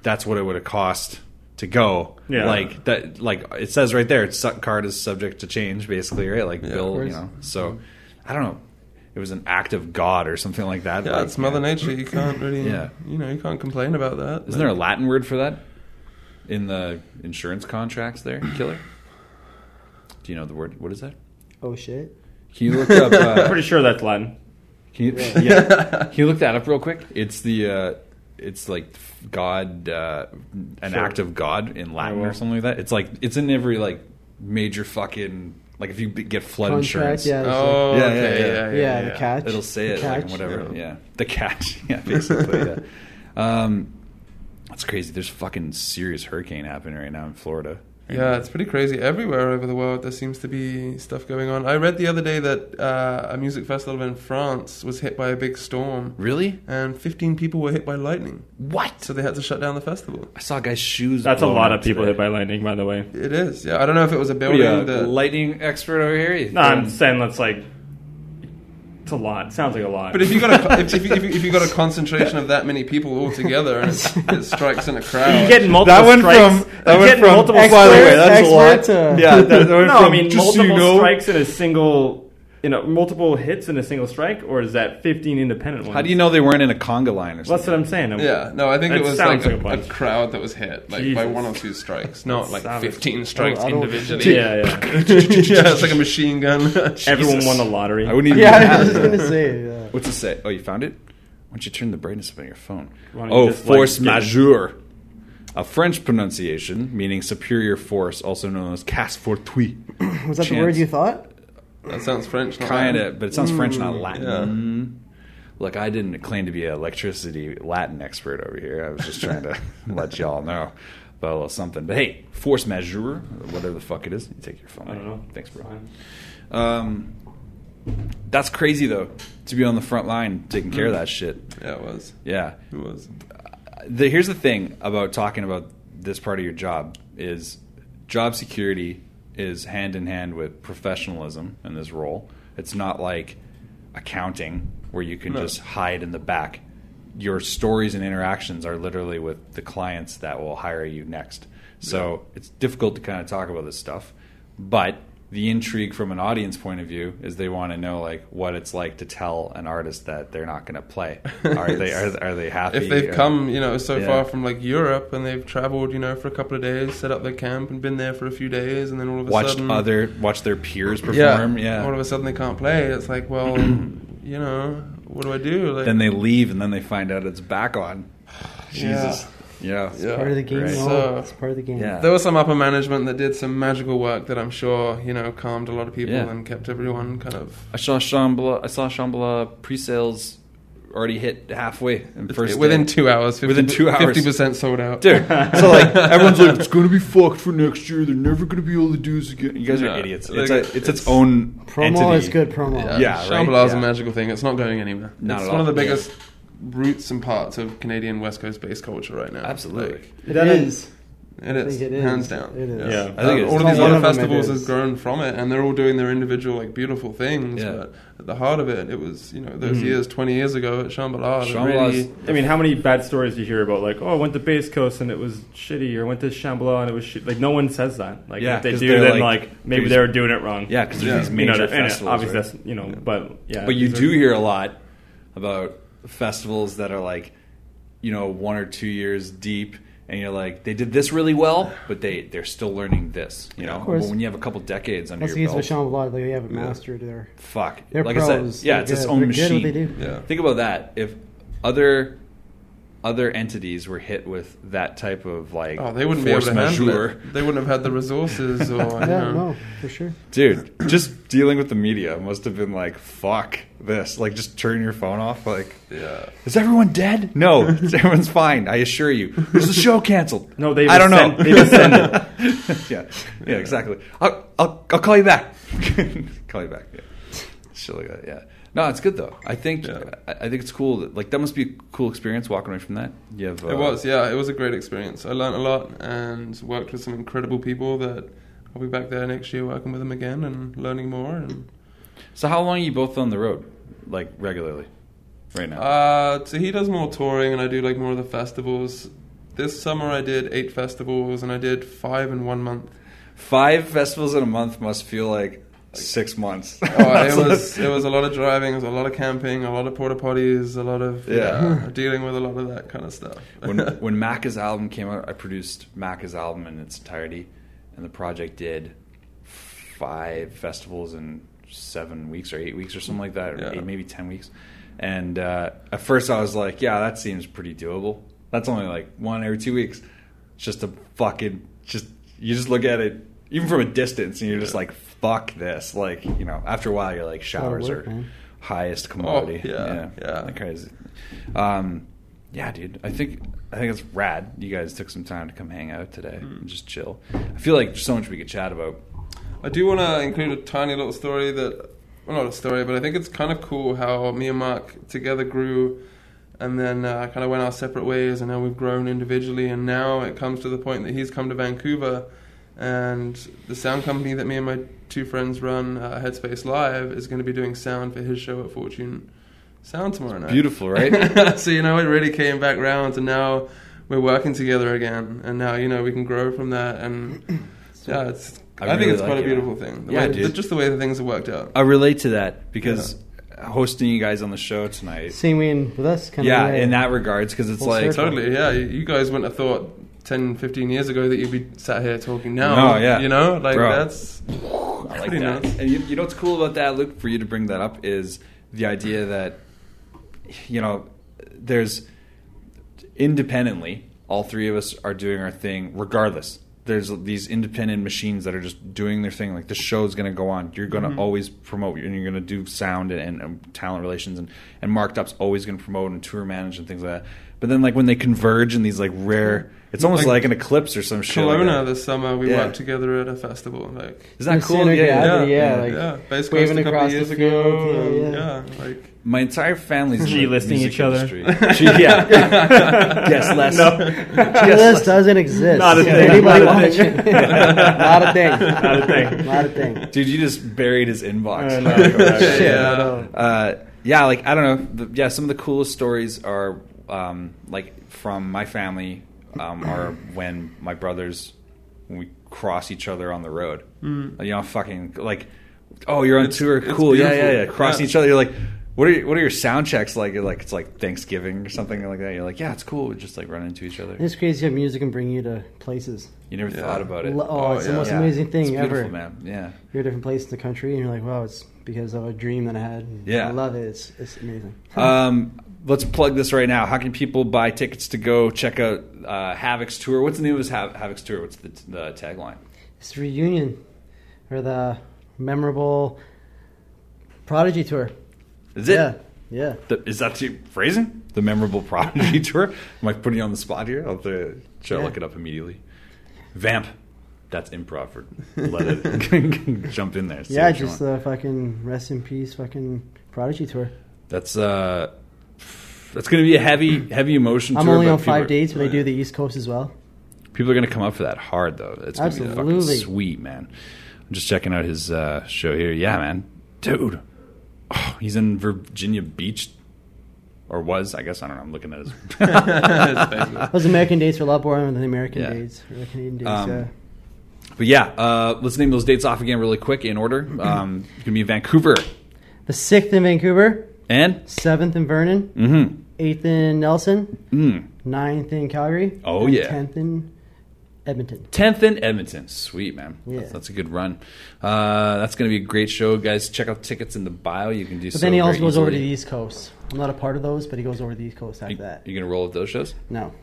[SPEAKER 1] that's what it would have cost to go.
[SPEAKER 4] Yeah.
[SPEAKER 1] Like that. Like it says right there, it's su- card is subject to change, basically, right? Like bill, you know. So I don't know. It was an act of God or something like that.
[SPEAKER 2] yeah,
[SPEAKER 1] like,
[SPEAKER 2] it's Mother Nature. You can't really,
[SPEAKER 1] Yeah.
[SPEAKER 2] you know, you can't complain about that.
[SPEAKER 1] Isn't there a Latin word for that in the insurance contracts? There, killer. Do you know the word? What is that?
[SPEAKER 3] Oh shit.
[SPEAKER 1] Can you look up?
[SPEAKER 4] I'm
[SPEAKER 1] Uh,
[SPEAKER 4] [laughs] pretty sure that's Latin.
[SPEAKER 1] can you, yeah. Can you look that up real quick? It's the. Uh, it's like God, uh, an
[SPEAKER 4] Sure.
[SPEAKER 1] act of God in Latin
[SPEAKER 4] I will.
[SPEAKER 1] or something like that. It's like it's in every like major fucking like if you b- get flood
[SPEAKER 3] Contract.
[SPEAKER 1] insurance,
[SPEAKER 3] Yeah. it's
[SPEAKER 2] [laughs] Oh
[SPEAKER 1] Yeah, yeah,
[SPEAKER 2] okay,
[SPEAKER 1] yeah.
[SPEAKER 2] yeah,
[SPEAKER 3] like-
[SPEAKER 2] yeah,
[SPEAKER 3] yeah,
[SPEAKER 2] yeah.
[SPEAKER 3] The catch.
[SPEAKER 1] It'll say
[SPEAKER 3] The
[SPEAKER 1] it, like,
[SPEAKER 3] catch.
[SPEAKER 1] whatever. Yeah.
[SPEAKER 2] Yeah.
[SPEAKER 1] the catch. [laughs] Yeah, basically. yeah. Um, that's crazy. There's a fucking serious hurricane happening right now in Florida.
[SPEAKER 2] Yeah, it's pretty crazy. Everywhere over the world, there seems to be stuff going on. I read the other day that uh, a music festival in France was hit by a big storm,
[SPEAKER 1] Really?
[SPEAKER 2] and 15 people were hit by lightning,
[SPEAKER 1] What?
[SPEAKER 2] so they had to shut down the festival.
[SPEAKER 1] I saw a guy's shoes.
[SPEAKER 4] That's a
[SPEAKER 1] blown
[SPEAKER 4] lot
[SPEAKER 1] up
[SPEAKER 4] of people
[SPEAKER 1] today.
[SPEAKER 4] hit by lightning, by the way.
[SPEAKER 2] It is, yeah. I don't know if it was a
[SPEAKER 1] What are
[SPEAKER 2] building
[SPEAKER 1] you, a
[SPEAKER 2] that.
[SPEAKER 1] lightning expert over here? You
[SPEAKER 4] No, I'm
[SPEAKER 1] throwing-
[SPEAKER 4] saying that's like it's a lot. Sounds like a lot.
[SPEAKER 2] but if you got a if, if, you- if, you- if you
[SPEAKER 4] [laughs]
[SPEAKER 2] got a concentration of that many people all together and it's, it strikes in a crowd,
[SPEAKER 4] you get multiple
[SPEAKER 1] That went
[SPEAKER 4] strikes,
[SPEAKER 1] from- that
[SPEAKER 4] you
[SPEAKER 1] went
[SPEAKER 4] get
[SPEAKER 1] from
[SPEAKER 4] multiple
[SPEAKER 1] expert-
[SPEAKER 4] strikes.
[SPEAKER 1] that's a lot.
[SPEAKER 3] expert to-
[SPEAKER 1] Yeah, that, that went
[SPEAKER 4] no,
[SPEAKER 1] from,
[SPEAKER 4] I mean
[SPEAKER 1] just
[SPEAKER 4] multiple
[SPEAKER 1] so you know,
[SPEAKER 4] strikes in a single, you know, multiple hits in a single strike, or is that 15 independent ones?
[SPEAKER 1] How do you know they weren't in a conga line or
[SPEAKER 4] Well, that's
[SPEAKER 1] something?
[SPEAKER 4] what I'm saying. I'm-
[SPEAKER 2] Yeah, no, I think
[SPEAKER 4] That
[SPEAKER 2] it was
[SPEAKER 4] sounds
[SPEAKER 2] like,
[SPEAKER 4] like a
[SPEAKER 2] a, a,
[SPEAKER 4] bunch.
[SPEAKER 2] crowd that was hit, like by
[SPEAKER 4] Jesus.
[SPEAKER 2] one or two strikes, not like
[SPEAKER 4] Savage.
[SPEAKER 2] fifteen strikes
[SPEAKER 3] I don't-
[SPEAKER 2] individually.
[SPEAKER 4] Yeah, yeah.
[SPEAKER 1] [laughs]
[SPEAKER 2] [laughs] yeah, it's like a machine
[SPEAKER 4] [laughs]
[SPEAKER 2] gun.
[SPEAKER 4] Everyone won the lottery.
[SPEAKER 1] I wouldn't even.
[SPEAKER 3] Yeah,
[SPEAKER 1] [laughs]
[SPEAKER 3] I was [laughs] just gonna say. Yeah.
[SPEAKER 1] What's it say? Oh, you found it? Why don't you turn the brightness up on your phone?
[SPEAKER 4] Why don't you
[SPEAKER 1] Oh,
[SPEAKER 4] just, like,
[SPEAKER 1] force
[SPEAKER 4] get-
[SPEAKER 1] majeure. A French pronunciation meaning superior force, also known as casse fortuit.
[SPEAKER 3] Was that the
[SPEAKER 1] Chance.
[SPEAKER 3] word you thought?
[SPEAKER 2] that sounds French. not
[SPEAKER 1] Kind
[SPEAKER 2] Latin.
[SPEAKER 1] of, but it sounds French, not Latin.
[SPEAKER 2] yeah.
[SPEAKER 1] Look, I didn't claim to be an electricity Latin expert over here. I was just trying to let y'all know about a little something. But hey, force majeure, whatever the fuck it is, you take your phone.
[SPEAKER 4] I don't know.
[SPEAKER 1] Thanks, bro.
[SPEAKER 4] Fine.
[SPEAKER 1] Um, that's crazy though, to be on the front line taking care of that shit.
[SPEAKER 2] Yeah, it was.
[SPEAKER 1] Yeah.
[SPEAKER 2] It was.
[SPEAKER 1] the, here's the thing about talking about this part of your job is job security is hand in hand with professionalism in this role. It's not like accounting where you can
[SPEAKER 2] No.
[SPEAKER 1] just hide in the back. Your stories and interactions are literally with the clients that will hire you next. So it's difficult to kind of talk about this stuff, but the intrigue from an audience point of view is they want to know like what it's like to tell an artist that they're not going to
[SPEAKER 2] [laughs]
[SPEAKER 1] play. Are they are, are they happy?
[SPEAKER 2] If they've
[SPEAKER 1] Are-
[SPEAKER 2] come, you know, so
[SPEAKER 1] Yeah.
[SPEAKER 2] far from like Europe and they've traveled, you know, for a couple of days, set up their camp and been there for a few days, and then all of a
[SPEAKER 1] watched
[SPEAKER 2] sudden,
[SPEAKER 1] other watched their peers perform. Yeah.
[SPEAKER 2] all of a sudden they can't play. It's
[SPEAKER 1] [clears throat]
[SPEAKER 2] like, well, you know, what do I do? Like,
[SPEAKER 1] then they leave and then they find out it's back on.
[SPEAKER 2] Jesus.
[SPEAKER 1] Yeah.
[SPEAKER 2] Yeah.
[SPEAKER 3] Part of the game.
[SPEAKER 1] Right.
[SPEAKER 3] though.
[SPEAKER 2] So-
[SPEAKER 3] it's part of the game.
[SPEAKER 1] Yeah.
[SPEAKER 2] There was some upper management that did some magical work that I'm sure, you know, calmed a lot of people
[SPEAKER 1] Yeah.
[SPEAKER 2] and kept everyone kind of
[SPEAKER 1] I saw Shambhala I saw Shambhala pre-sales already hit halfway in first
[SPEAKER 2] within
[SPEAKER 1] day.
[SPEAKER 2] two hours. 50,
[SPEAKER 1] Within two hours.
[SPEAKER 2] fifty percent sold
[SPEAKER 1] [laughs]
[SPEAKER 2] out.
[SPEAKER 1] Dude, so like everyone's like, it's gonna be fucked for next year. They're never gonna be able to do this again. You guys
[SPEAKER 2] No.
[SPEAKER 1] are idiots. It's, a,
[SPEAKER 2] Like,
[SPEAKER 1] it's, its
[SPEAKER 2] it's-
[SPEAKER 1] own
[SPEAKER 3] Promo
[SPEAKER 1] entity.
[SPEAKER 3] is good promo.
[SPEAKER 2] Yeah,
[SPEAKER 1] Yeah, right?
[SPEAKER 2] Shambhala's
[SPEAKER 1] Yeah.
[SPEAKER 2] a magical thing. It's not going anywhere.
[SPEAKER 1] Not
[SPEAKER 2] it's
[SPEAKER 1] at
[SPEAKER 2] one
[SPEAKER 1] all.
[SPEAKER 2] of the biggest roots and parts of Canadian West Coast based culture right now.
[SPEAKER 1] Absolutely.
[SPEAKER 2] Like,
[SPEAKER 3] It
[SPEAKER 4] That
[SPEAKER 3] is.
[SPEAKER 2] it is,
[SPEAKER 3] think it is.
[SPEAKER 2] hands down.
[SPEAKER 3] It is.
[SPEAKER 4] Yeah.
[SPEAKER 1] I think
[SPEAKER 2] Uh,
[SPEAKER 1] it's-
[SPEAKER 2] all of
[SPEAKER 3] Not
[SPEAKER 2] these
[SPEAKER 3] one
[SPEAKER 2] other
[SPEAKER 3] of them, it
[SPEAKER 2] festivals
[SPEAKER 3] is.
[SPEAKER 2] has grown from it, and they're all doing their individual, like beautiful things.
[SPEAKER 1] Yeah. Mm.
[SPEAKER 2] But at the heart of it, it was you know those years, twenty years ago at Shambhala. it
[SPEAKER 1] Shambhala's-
[SPEAKER 2] really-
[SPEAKER 4] I mean, how many bad stories do you hear about? Like, oh, I went to Base Coast and it was shitty, or I went to Shambhala and it was shit. Like, no one says that. Like,
[SPEAKER 1] Yeah,
[SPEAKER 4] if they
[SPEAKER 1] 'cause
[SPEAKER 4] do,
[SPEAKER 1] they're
[SPEAKER 4] then
[SPEAKER 1] like-
[SPEAKER 4] like, maybe they were doing it wrong.
[SPEAKER 1] Yeah, because there's
[SPEAKER 2] Yeah.
[SPEAKER 1] these
[SPEAKER 4] you
[SPEAKER 1] major
[SPEAKER 4] know, that- and
[SPEAKER 1] festivals.
[SPEAKER 4] obviously
[SPEAKER 1] right?
[SPEAKER 4] that's you know, but yeah.
[SPEAKER 1] But you
[SPEAKER 4] these
[SPEAKER 1] do
[SPEAKER 4] are-
[SPEAKER 1] hear a lot about festivals that are like, you know, one or two years deep, and you're like, they did this really well, but they they're still learning this. You know,
[SPEAKER 3] course.
[SPEAKER 1] But when you have a couple decades under
[SPEAKER 3] That's the
[SPEAKER 1] your
[SPEAKER 3] case
[SPEAKER 1] belt,
[SPEAKER 3] with Sean Blood. Like, they haven't mastered their.
[SPEAKER 1] fuck.
[SPEAKER 3] They're
[SPEAKER 1] like
[SPEAKER 3] pros.
[SPEAKER 1] I said, yeah,
[SPEAKER 3] They're
[SPEAKER 1] it's its
[SPEAKER 3] good.
[SPEAKER 1] own
[SPEAKER 3] They're good at
[SPEAKER 1] machine.
[SPEAKER 3] what they do.
[SPEAKER 2] Yeah.
[SPEAKER 1] Think about that. If other other entities were hit with that type of like
[SPEAKER 2] Oh, they wouldn't be able
[SPEAKER 1] force
[SPEAKER 2] to handle
[SPEAKER 1] majeure.
[SPEAKER 2] it. [clears throat] They wouldn't have had the
[SPEAKER 3] [laughs]
[SPEAKER 2] resources or. you
[SPEAKER 3] Yeah,
[SPEAKER 2] know.
[SPEAKER 3] no, for sure.
[SPEAKER 1] Dude, just dealing with the media must have been like, fuck this. Like, just turn your phone off. Like,
[SPEAKER 2] Yeah.
[SPEAKER 1] is everyone dead? No, [laughs] everyone's fine. I assure you. There's a show canceled.
[SPEAKER 4] No, they
[SPEAKER 1] I don't
[SPEAKER 4] rescind-
[SPEAKER 1] know.
[SPEAKER 4] they rescind it.
[SPEAKER 1] yeah, [laughs] yeah, exactly. I'll, I'll, I'll call you back. [laughs] call you back. Yeah. Shit like that. Yeah. No, it's good though. I think
[SPEAKER 2] Yeah.
[SPEAKER 1] I, I think it's cool. That, like that must be a cool experience walking away from that. You have, uh,
[SPEAKER 2] It was, yeah. It was a great experience. I learned a lot and worked with some incredible people that I'll be back there next year working with them again and learning more. And
[SPEAKER 1] So how long are you both on the road, like regularly, right now?
[SPEAKER 2] uh, so he does more touring and I do like more of the festivals. This summer I did eight festivals and I did five in one month.
[SPEAKER 1] Five festivals in a month must feel like six months. [laughs]
[SPEAKER 2] Oh, it was it was a lot of driving, it was a lot of camping, a lot of porta potties, a lot of
[SPEAKER 1] Yeah.
[SPEAKER 2] yeah, dealing with a lot of that kind of stuff. [laughs]
[SPEAKER 1] when when Macca's album came out, I produced Macca's album in its entirety, and the project did five festivals in seven weeks or eight weeks or something like that, or
[SPEAKER 2] Yeah.
[SPEAKER 1] eight, maybe ten weeks. And uh, at first, I was like, "Yeah, that seems pretty doable. That's only like one every two weeks. It's just a fucking just you just look at it." Even from a distance, and you're just like, "Fuck this!" Like, you know, after a while, you're like, "Showers
[SPEAKER 3] work,
[SPEAKER 1] are
[SPEAKER 3] man.
[SPEAKER 1] highest commodity."
[SPEAKER 2] Oh, yeah, yeah.
[SPEAKER 1] Like, crazy. Um, yeah, dude. I think I think it's rad. You guys took some time to come hang out today
[SPEAKER 3] Mm-hmm.
[SPEAKER 1] and just chill. I feel like there's so much we could chat about.
[SPEAKER 2] I do want to include a tiny little story that, well, not a story, but I think it's kind of cool how me and Mark together grew and then uh, kind of went our separate ways and how we've grown individually. And now it comes to the point that he's come to Vancouver and the sound company that me and my two friends run, uh, Headspace Live, is going to be doing sound for his show at Fortune Sound tomorrow night.
[SPEAKER 1] Beautiful, right?
[SPEAKER 2] [laughs] so, you know, it really came back round and now we're working together again. And now, you know, we can grow from that
[SPEAKER 1] [clears throat]
[SPEAKER 2] and. Yeah, it's.
[SPEAKER 1] I
[SPEAKER 2] I,
[SPEAKER 1] really
[SPEAKER 2] think it's
[SPEAKER 1] like
[SPEAKER 2] quite
[SPEAKER 1] it. Oh,
[SPEAKER 2] a beautiful thing. The
[SPEAKER 1] Yeah,
[SPEAKER 2] way,
[SPEAKER 1] dude.
[SPEAKER 2] the- just the way the things have worked out.
[SPEAKER 1] I relate to that because hosting you guys on the show tonight.
[SPEAKER 3] Same way in, with us, kind
[SPEAKER 1] yeah,
[SPEAKER 3] of.
[SPEAKER 1] in
[SPEAKER 3] [laughs]
[SPEAKER 1] that regards, because it's
[SPEAKER 3] Full
[SPEAKER 1] like
[SPEAKER 3] circle.
[SPEAKER 2] Totally, yeah. You you guys wouldn't have thought 10, 15 years ago that you'd be sat here talking now.
[SPEAKER 1] No, yeah.
[SPEAKER 2] You know, like
[SPEAKER 1] Bro.
[SPEAKER 2] that's.
[SPEAKER 1] I like
[SPEAKER 2] Pretty
[SPEAKER 1] that.
[SPEAKER 2] nuts.
[SPEAKER 1] And you, you know what's cool about that, Luke? For you to bring that up is the idea that you know there's independently all three of us are doing our thing regardless. There's these independent machines that are just doing their thing. Like the show's going to go on. You're going to always promote, and you're going to do sound and, and talent relations, and and Marked Up's always going to promote and tour manage and things like that. But then, like when they converge in these like rare, it's almost like,
[SPEAKER 2] Like
[SPEAKER 1] an eclipse or some shit. like that.
[SPEAKER 2] Kelowna this summer, we
[SPEAKER 1] Yeah.
[SPEAKER 2] worked together at a festival. Like,
[SPEAKER 1] Isn't that
[SPEAKER 3] The
[SPEAKER 1] cool?
[SPEAKER 3] center
[SPEAKER 2] yeah,
[SPEAKER 3] gravity, yeah, like,
[SPEAKER 2] yeah. Base Coast
[SPEAKER 3] waving
[SPEAKER 2] a couple
[SPEAKER 3] across
[SPEAKER 2] of years
[SPEAKER 3] the
[SPEAKER 2] ago.
[SPEAKER 3] field, yeah,
[SPEAKER 2] and,
[SPEAKER 3] yeah.
[SPEAKER 2] yeah, like
[SPEAKER 1] My entire family's in the
[SPEAKER 4] G-listing
[SPEAKER 1] music
[SPEAKER 4] each other.
[SPEAKER 1] [laughs] industry.
[SPEAKER 2] [laughs]
[SPEAKER 1] G- yeah.
[SPEAKER 4] [laughs]
[SPEAKER 1] yes, less. [laughs] Yes,
[SPEAKER 3] this
[SPEAKER 1] less.
[SPEAKER 3] doesn't exist.
[SPEAKER 4] Not a
[SPEAKER 3] If
[SPEAKER 4] thing.
[SPEAKER 3] Anybody
[SPEAKER 4] Not a
[SPEAKER 3] wants
[SPEAKER 4] thing.
[SPEAKER 1] [laughs]
[SPEAKER 3] it? Not a thing.
[SPEAKER 4] Not a thing.
[SPEAKER 3] Not a thing.
[SPEAKER 1] Dude, you just buried his inbox. [laughs]
[SPEAKER 4] Uh, no.
[SPEAKER 1] Shit.
[SPEAKER 2] Yeah.
[SPEAKER 3] I know.
[SPEAKER 1] Uh, yeah, like I don't know. The, yeah, some of the coolest stories are um, like from my family um, are when my brothers when we cross each other on the road.
[SPEAKER 2] mm.
[SPEAKER 1] You know, fucking like, oh, you're on
[SPEAKER 2] Hmm. It's-
[SPEAKER 1] tour,
[SPEAKER 2] it's
[SPEAKER 1] cool, yeah, yeah, yeah.
[SPEAKER 2] beautiful.
[SPEAKER 1] Crossing
[SPEAKER 2] Yeah.
[SPEAKER 1] each other, you're like. What are, your, what are your sound checks like? You're like it's like Thanksgiving or something like that. You're like, yeah, it's cool. We just like run into each other.
[SPEAKER 3] It's crazy how music can bring you to places.
[SPEAKER 1] You never
[SPEAKER 2] Yeah.
[SPEAKER 1] thought about it.
[SPEAKER 3] Lo- oh,
[SPEAKER 2] Oh,
[SPEAKER 3] it's the
[SPEAKER 2] yeah.
[SPEAKER 3] most
[SPEAKER 1] Yeah.
[SPEAKER 3] amazing
[SPEAKER 1] It's
[SPEAKER 3] thing
[SPEAKER 1] beautiful,
[SPEAKER 3] ever.
[SPEAKER 1] man. Yeah.
[SPEAKER 3] You're at a different place in the country, and you're like, wow, it's because of a dream that I had. And
[SPEAKER 1] Yeah.
[SPEAKER 3] I love it. It's, it's amazing.
[SPEAKER 1] Um, let's plug this right now. How can people buy tickets to go check out uh, Havoc's tour? What's the name of his Hav- Havoc's tour? What's the, the tagline?
[SPEAKER 3] It's the reunion or the memorable Prodigy tour.
[SPEAKER 1] Is it?
[SPEAKER 3] Yeah. Yeah.
[SPEAKER 1] The- is that the phrasing? The memorable prodigy [laughs] tour? Am I putting you on the spot here? I'll have to, should I
[SPEAKER 3] Yeah.
[SPEAKER 1] look it up immediately? Vamp. That's improv.
[SPEAKER 3] [laughs]
[SPEAKER 1] For let it [laughs] jump in there. See
[SPEAKER 3] yeah,
[SPEAKER 1] what you
[SPEAKER 3] just uh,
[SPEAKER 1] want.
[SPEAKER 3] the fucking rest in peace fucking Prodigy tour.
[SPEAKER 1] that's uh, that's going to be a heavy, heavy emotion.
[SPEAKER 3] I'm
[SPEAKER 1] tour,
[SPEAKER 3] only
[SPEAKER 1] but
[SPEAKER 3] on
[SPEAKER 1] people
[SPEAKER 3] five
[SPEAKER 1] are-
[SPEAKER 3] dates, but I do the East Coast as well.
[SPEAKER 1] People are going to come up for that hard though. It's going to be fucking
[SPEAKER 3] Absolutely.
[SPEAKER 1] sweet, man. I'm just checking out his uh, show here. Yeah, man, dude. Oh, he's in Virginia Beach, or was I guess I don't know. I'm looking at his. [laughs]
[SPEAKER 3] Those American dates were a lot more than the American
[SPEAKER 1] Yeah.
[SPEAKER 3] dates or the Canadian dates.
[SPEAKER 1] Um,
[SPEAKER 3] yeah.
[SPEAKER 1] But yeah, uh, let's name those dates off again really quick in
[SPEAKER 3] [clears throat]
[SPEAKER 1] order. Um, it's going to be in Vancouver
[SPEAKER 3] The sixth in Vancouver,
[SPEAKER 1] and
[SPEAKER 3] seventh in Vernon,
[SPEAKER 1] mm-hmm,
[SPEAKER 3] eighth in Nelson,
[SPEAKER 1] mm,
[SPEAKER 3] ninth in Calgary.
[SPEAKER 1] Oh,
[SPEAKER 3] and
[SPEAKER 1] yeah.
[SPEAKER 3] tenth in Edmonton.
[SPEAKER 1] Tenth in Edmonton. Sweet man,
[SPEAKER 3] Yeah.
[SPEAKER 1] that's, that's a good run. Uh, that's going to be a great show, guys. Check out tickets in the bio. You can do.
[SPEAKER 3] But
[SPEAKER 1] so
[SPEAKER 3] then he also
[SPEAKER 1] very
[SPEAKER 3] goes over to the
[SPEAKER 1] easily.
[SPEAKER 3] East Coast. I'm not a part of those, but he goes over to the East Coast after
[SPEAKER 1] You,
[SPEAKER 3] that.
[SPEAKER 1] you're going to roll with those shows.
[SPEAKER 3] No.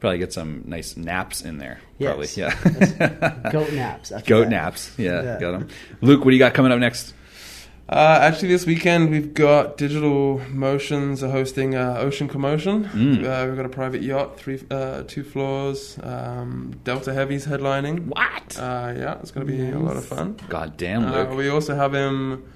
[SPEAKER 1] Probably get some nice naps in there. Probably,
[SPEAKER 3] Yes.
[SPEAKER 1] yeah. [laughs]
[SPEAKER 3] Goat naps. After
[SPEAKER 1] Goat
[SPEAKER 3] that. [laughs]
[SPEAKER 1] naps. Yeah,
[SPEAKER 3] Yeah.
[SPEAKER 1] got them. Luke, what do you got coming up next?
[SPEAKER 2] Uh, actually, this weekend we've got Digital Motions are hosting uh, Ocean Commotion. Uh, we've got a private yacht, three, uh, two floors. Um, Delta Heavy's headlining.
[SPEAKER 1] What?
[SPEAKER 2] Uh, yeah, it's going to be a lot of fun.
[SPEAKER 1] God damn, Luke.
[SPEAKER 2] Uh, we also have him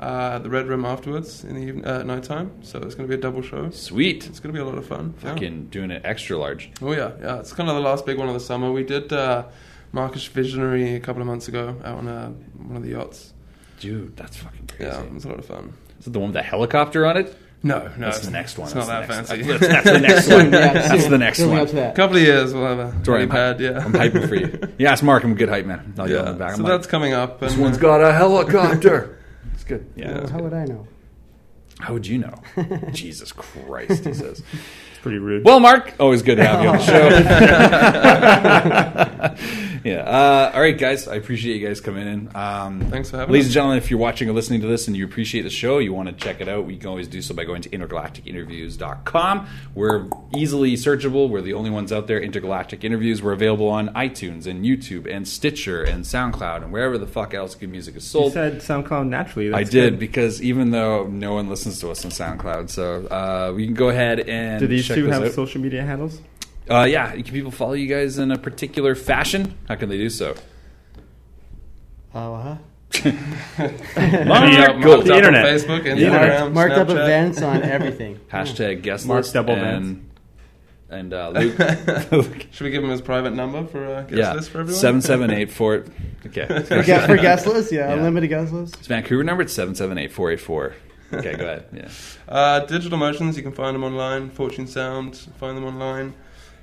[SPEAKER 2] uh, at the Red Room afterwards in the even, uh, at night time. So it's going to be a double show.
[SPEAKER 1] Sweet.
[SPEAKER 2] It's going to be a lot of fun. yeah.
[SPEAKER 1] Fucking doing it extra large.
[SPEAKER 2] Oh yeah, yeah. It's kind of the last big one of the summer. We did uh, Marcus Visionary a couple of months ago out on a, one of the yachts.
[SPEAKER 1] Dude, that's fucking crazy.
[SPEAKER 2] Yeah, it was a lot of fun.
[SPEAKER 1] Is it the one with the helicopter on it?
[SPEAKER 2] No, no,
[SPEAKER 1] That's
[SPEAKER 2] it's-
[SPEAKER 1] the next one.
[SPEAKER 2] It's not that
[SPEAKER 1] That's the
[SPEAKER 2] fancy.
[SPEAKER 1] next- That's the
[SPEAKER 2] [laughs]
[SPEAKER 1] next one. That's the next
[SPEAKER 3] Building up
[SPEAKER 1] one.
[SPEAKER 3] to that.
[SPEAKER 2] couple of years, whatever.
[SPEAKER 1] Sorry,
[SPEAKER 2] Really
[SPEAKER 1] I'm,
[SPEAKER 2] bad,
[SPEAKER 1] bad,
[SPEAKER 2] yeah.
[SPEAKER 1] I'm hyping for you.
[SPEAKER 2] [laughs]
[SPEAKER 1] Yeah, it's Mark. I'm a good hype man. I'll yell in
[SPEAKER 2] yeah.
[SPEAKER 1] the back.
[SPEAKER 2] so
[SPEAKER 1] I'm
[SPEAKER 2] that's
[SPEAKER 1] like,
[SPEAKER 2] coming up. And, uh,
[SPEAKER 1] this one's got a helicopter.
[SPEAKER 2] [laughs]
[SPEAKER 1] it's good. Yeah.
[SPEAKER 2] Yeah.
[SPEAKER 1] it's
[SPEAKER 3] How
[SPEAKER 1] good.
[SPEAKER 3] would I know?
[SPEAKER 1] How would you
[SPEAKER 2] [laughs]
[SPEAKER 1] know?
[SPEAKER 3] [laughs]
[SPEAKER 1] Jesus Christ, he says.
[SPEAKER 4] It's pretty rude.
[SPEAKER 1] Well, Mark, always good to have you on the show.
[SPEAKER 4] [laughs]
[SPEAKER 1] [laughs] yeah. Uh, all right, guys. I appreciate you guys coming in. Um,
[SPEAKER 2] Thanks for having
[SPEAKER 1] Ladies
[SPEAKER 2] us.
[SPEAKER 1] and gentlemen, if you're watching or listening to this and you appreciate the show, you want to check it out, we can always do so by going to intergalacticinterviews.com. We're easily searchable. We're the only ones out there. Intergalactic Interviews. We're available on iTunes and YouTube and Stitcher and SoundCloud and wherever the fuck else good music is
[SPEAKER 4] you
[SPEAKER 1] sold.
[SPEAKER 4] said SoundCloud naturally.
[SPEAKER 1] I
[SPEAKER 4] That's
[SPEAKER 1] did
[SPEAKER 4] good.
[SPEAKER 1] because even though no one listens to us on SoundCloud, so uh, we can go ahead and
[SPEAKER 4] Do these
[SPEAKER 1] check
[SPEAKER 4] two
[SPEAKER 1] this
[SPEAKER 4] have
[SPEAKER 1] out.
[SPEAKER 4] social media handles?
[SPEAKER 1] Uh, yeah, can people follow you guys in a particular fashion? How can they do
[SPEAKER 2] [laughs]
[SPEAKER 1] so?
[SPEAKER 3] Oh, huh?
[SPEAKER 1] uh, Mark
[SPEAKER 2] Yeah, marked
[SPEAKER 1] Gold.
[SPEAKER 2] up
[SPEAKER 4] The
[SPEAKER 2] on
[SPEAKER 4] internet.
[SPEAKER 2] Facebook,
[SPEAKER 4] The internet.
[SPEAKER 2] Instagram,
[SPEAKER 3] Marked up
[SPEAKER 2] Snapchat. [laughs]
[SPEAKER 3] events on everything.
[SPEAKER 1] [laughs] Hashtag guest
[SPEAKER 4] Mark
[SPEAKER 1] list
[SPEAKER 4] Double
[SPEAKER 1] and and
[SPEAKER 2] [laughs]
[SPEAKER 1] uh, [laughs] Luke.
[SPEAKER 2] Should we give him his private number for uh, guest
[SPEAKER 1] yeah,
[SPEAKER 2] list for everyone? [laughs]
[SPEAKER 1] seven seven eight four. Okay, [laughs]
[SPEAKER 3] For, gu- for guest list, yeah,
[SPEAKER 1] Yeah.
[SPEAKER 3] unlimited guest list.
[SPEAKER 1] it's Vancouver number. It's seven seven eight four eight four. Okay, go ahead. Yeah,
[SPEAKER 2] Uh, Digital Motions, you can find them online. Fortune Sound, find them online.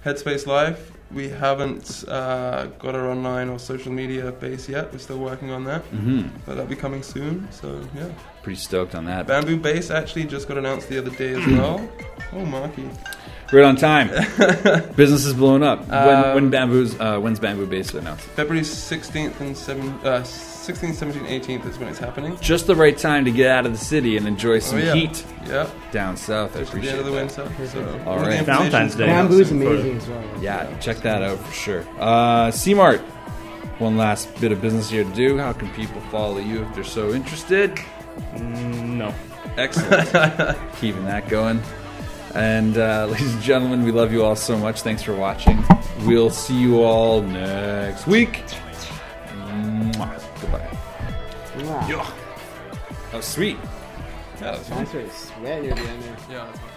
[SPEAKER 2] Headspace Live, we haven't uh, got our online or social media base yet. We're still working on that,
[SPEAKER 1] hmm
[SPEAKER 2] but that'll be coming soon. So yeah,
[SPEAKER 1] pretty stoked on that.
[SPEAKER 2] Bamboo Base actually just got announced the other day as
[SPEAKER 1] [clears throat]
[SPEAKER 2] well. Oh, Marky.
[SPEAKER 1] Right on
[SPEAKER 2] [laughs]
[SPEAKER 1] time. Business is blown up. when
[SPEAKER 2] Um,
[SPEAKER 1] when bamboo's uh, when's bamboo base announced?
[SPEAKER 2] February 16th and 7th, uh, 16th, 17th, 18th is when it's happening.
[SPEAKER 1] Just the right time to get out of the city and enjoy some
[SPEAKER 2] Oh, yeah.
[SPEAKER 1] heat
[SPEAKER 2] Yeah,
[SPEAKER 1] down south. I
[SPEAKER 2] just at the
[SPEAKER 1] appreciate
[SPEAKER 2] end of the
[SPEAKER 1] that.
[SPEAKER 2] winter. So
[SPEAKER 1] All
[SPEAKER 2] all the
[SPEAKER 1] right.
[SPEAKER 2] information's
[SPEAKER 4] Valentine's Day.
[SPEAKER 2] coming out
[SPEAKER 3] Bamboo's
[SPEAKER 2] soon.
[SPEAKER 3] amazing as well.
[SPEAKER 1] Yeah, check that out for sure. Uh, C-Mart, one last bit of business here to do. How can people follow you if they're so interested?
[SPEAKER 4] Mm, no.
[SPEAKER 1] Excellent. Keeping that going. And uh, [laughs] ladies and gentlemen, we love you all so much. Thanks for watching. We'll see you all next week. Mwah. Goodbye. Oh,
[SPEAKER 3] Wow.
[SPEAKER 1] Yeah. That was sweet.
[SPEAKER 2] Yeah, that's fine.
[SPEAKER 3] I'm sort of sweating near the end there.
[SPEAKER 2] Yeah, that's fine.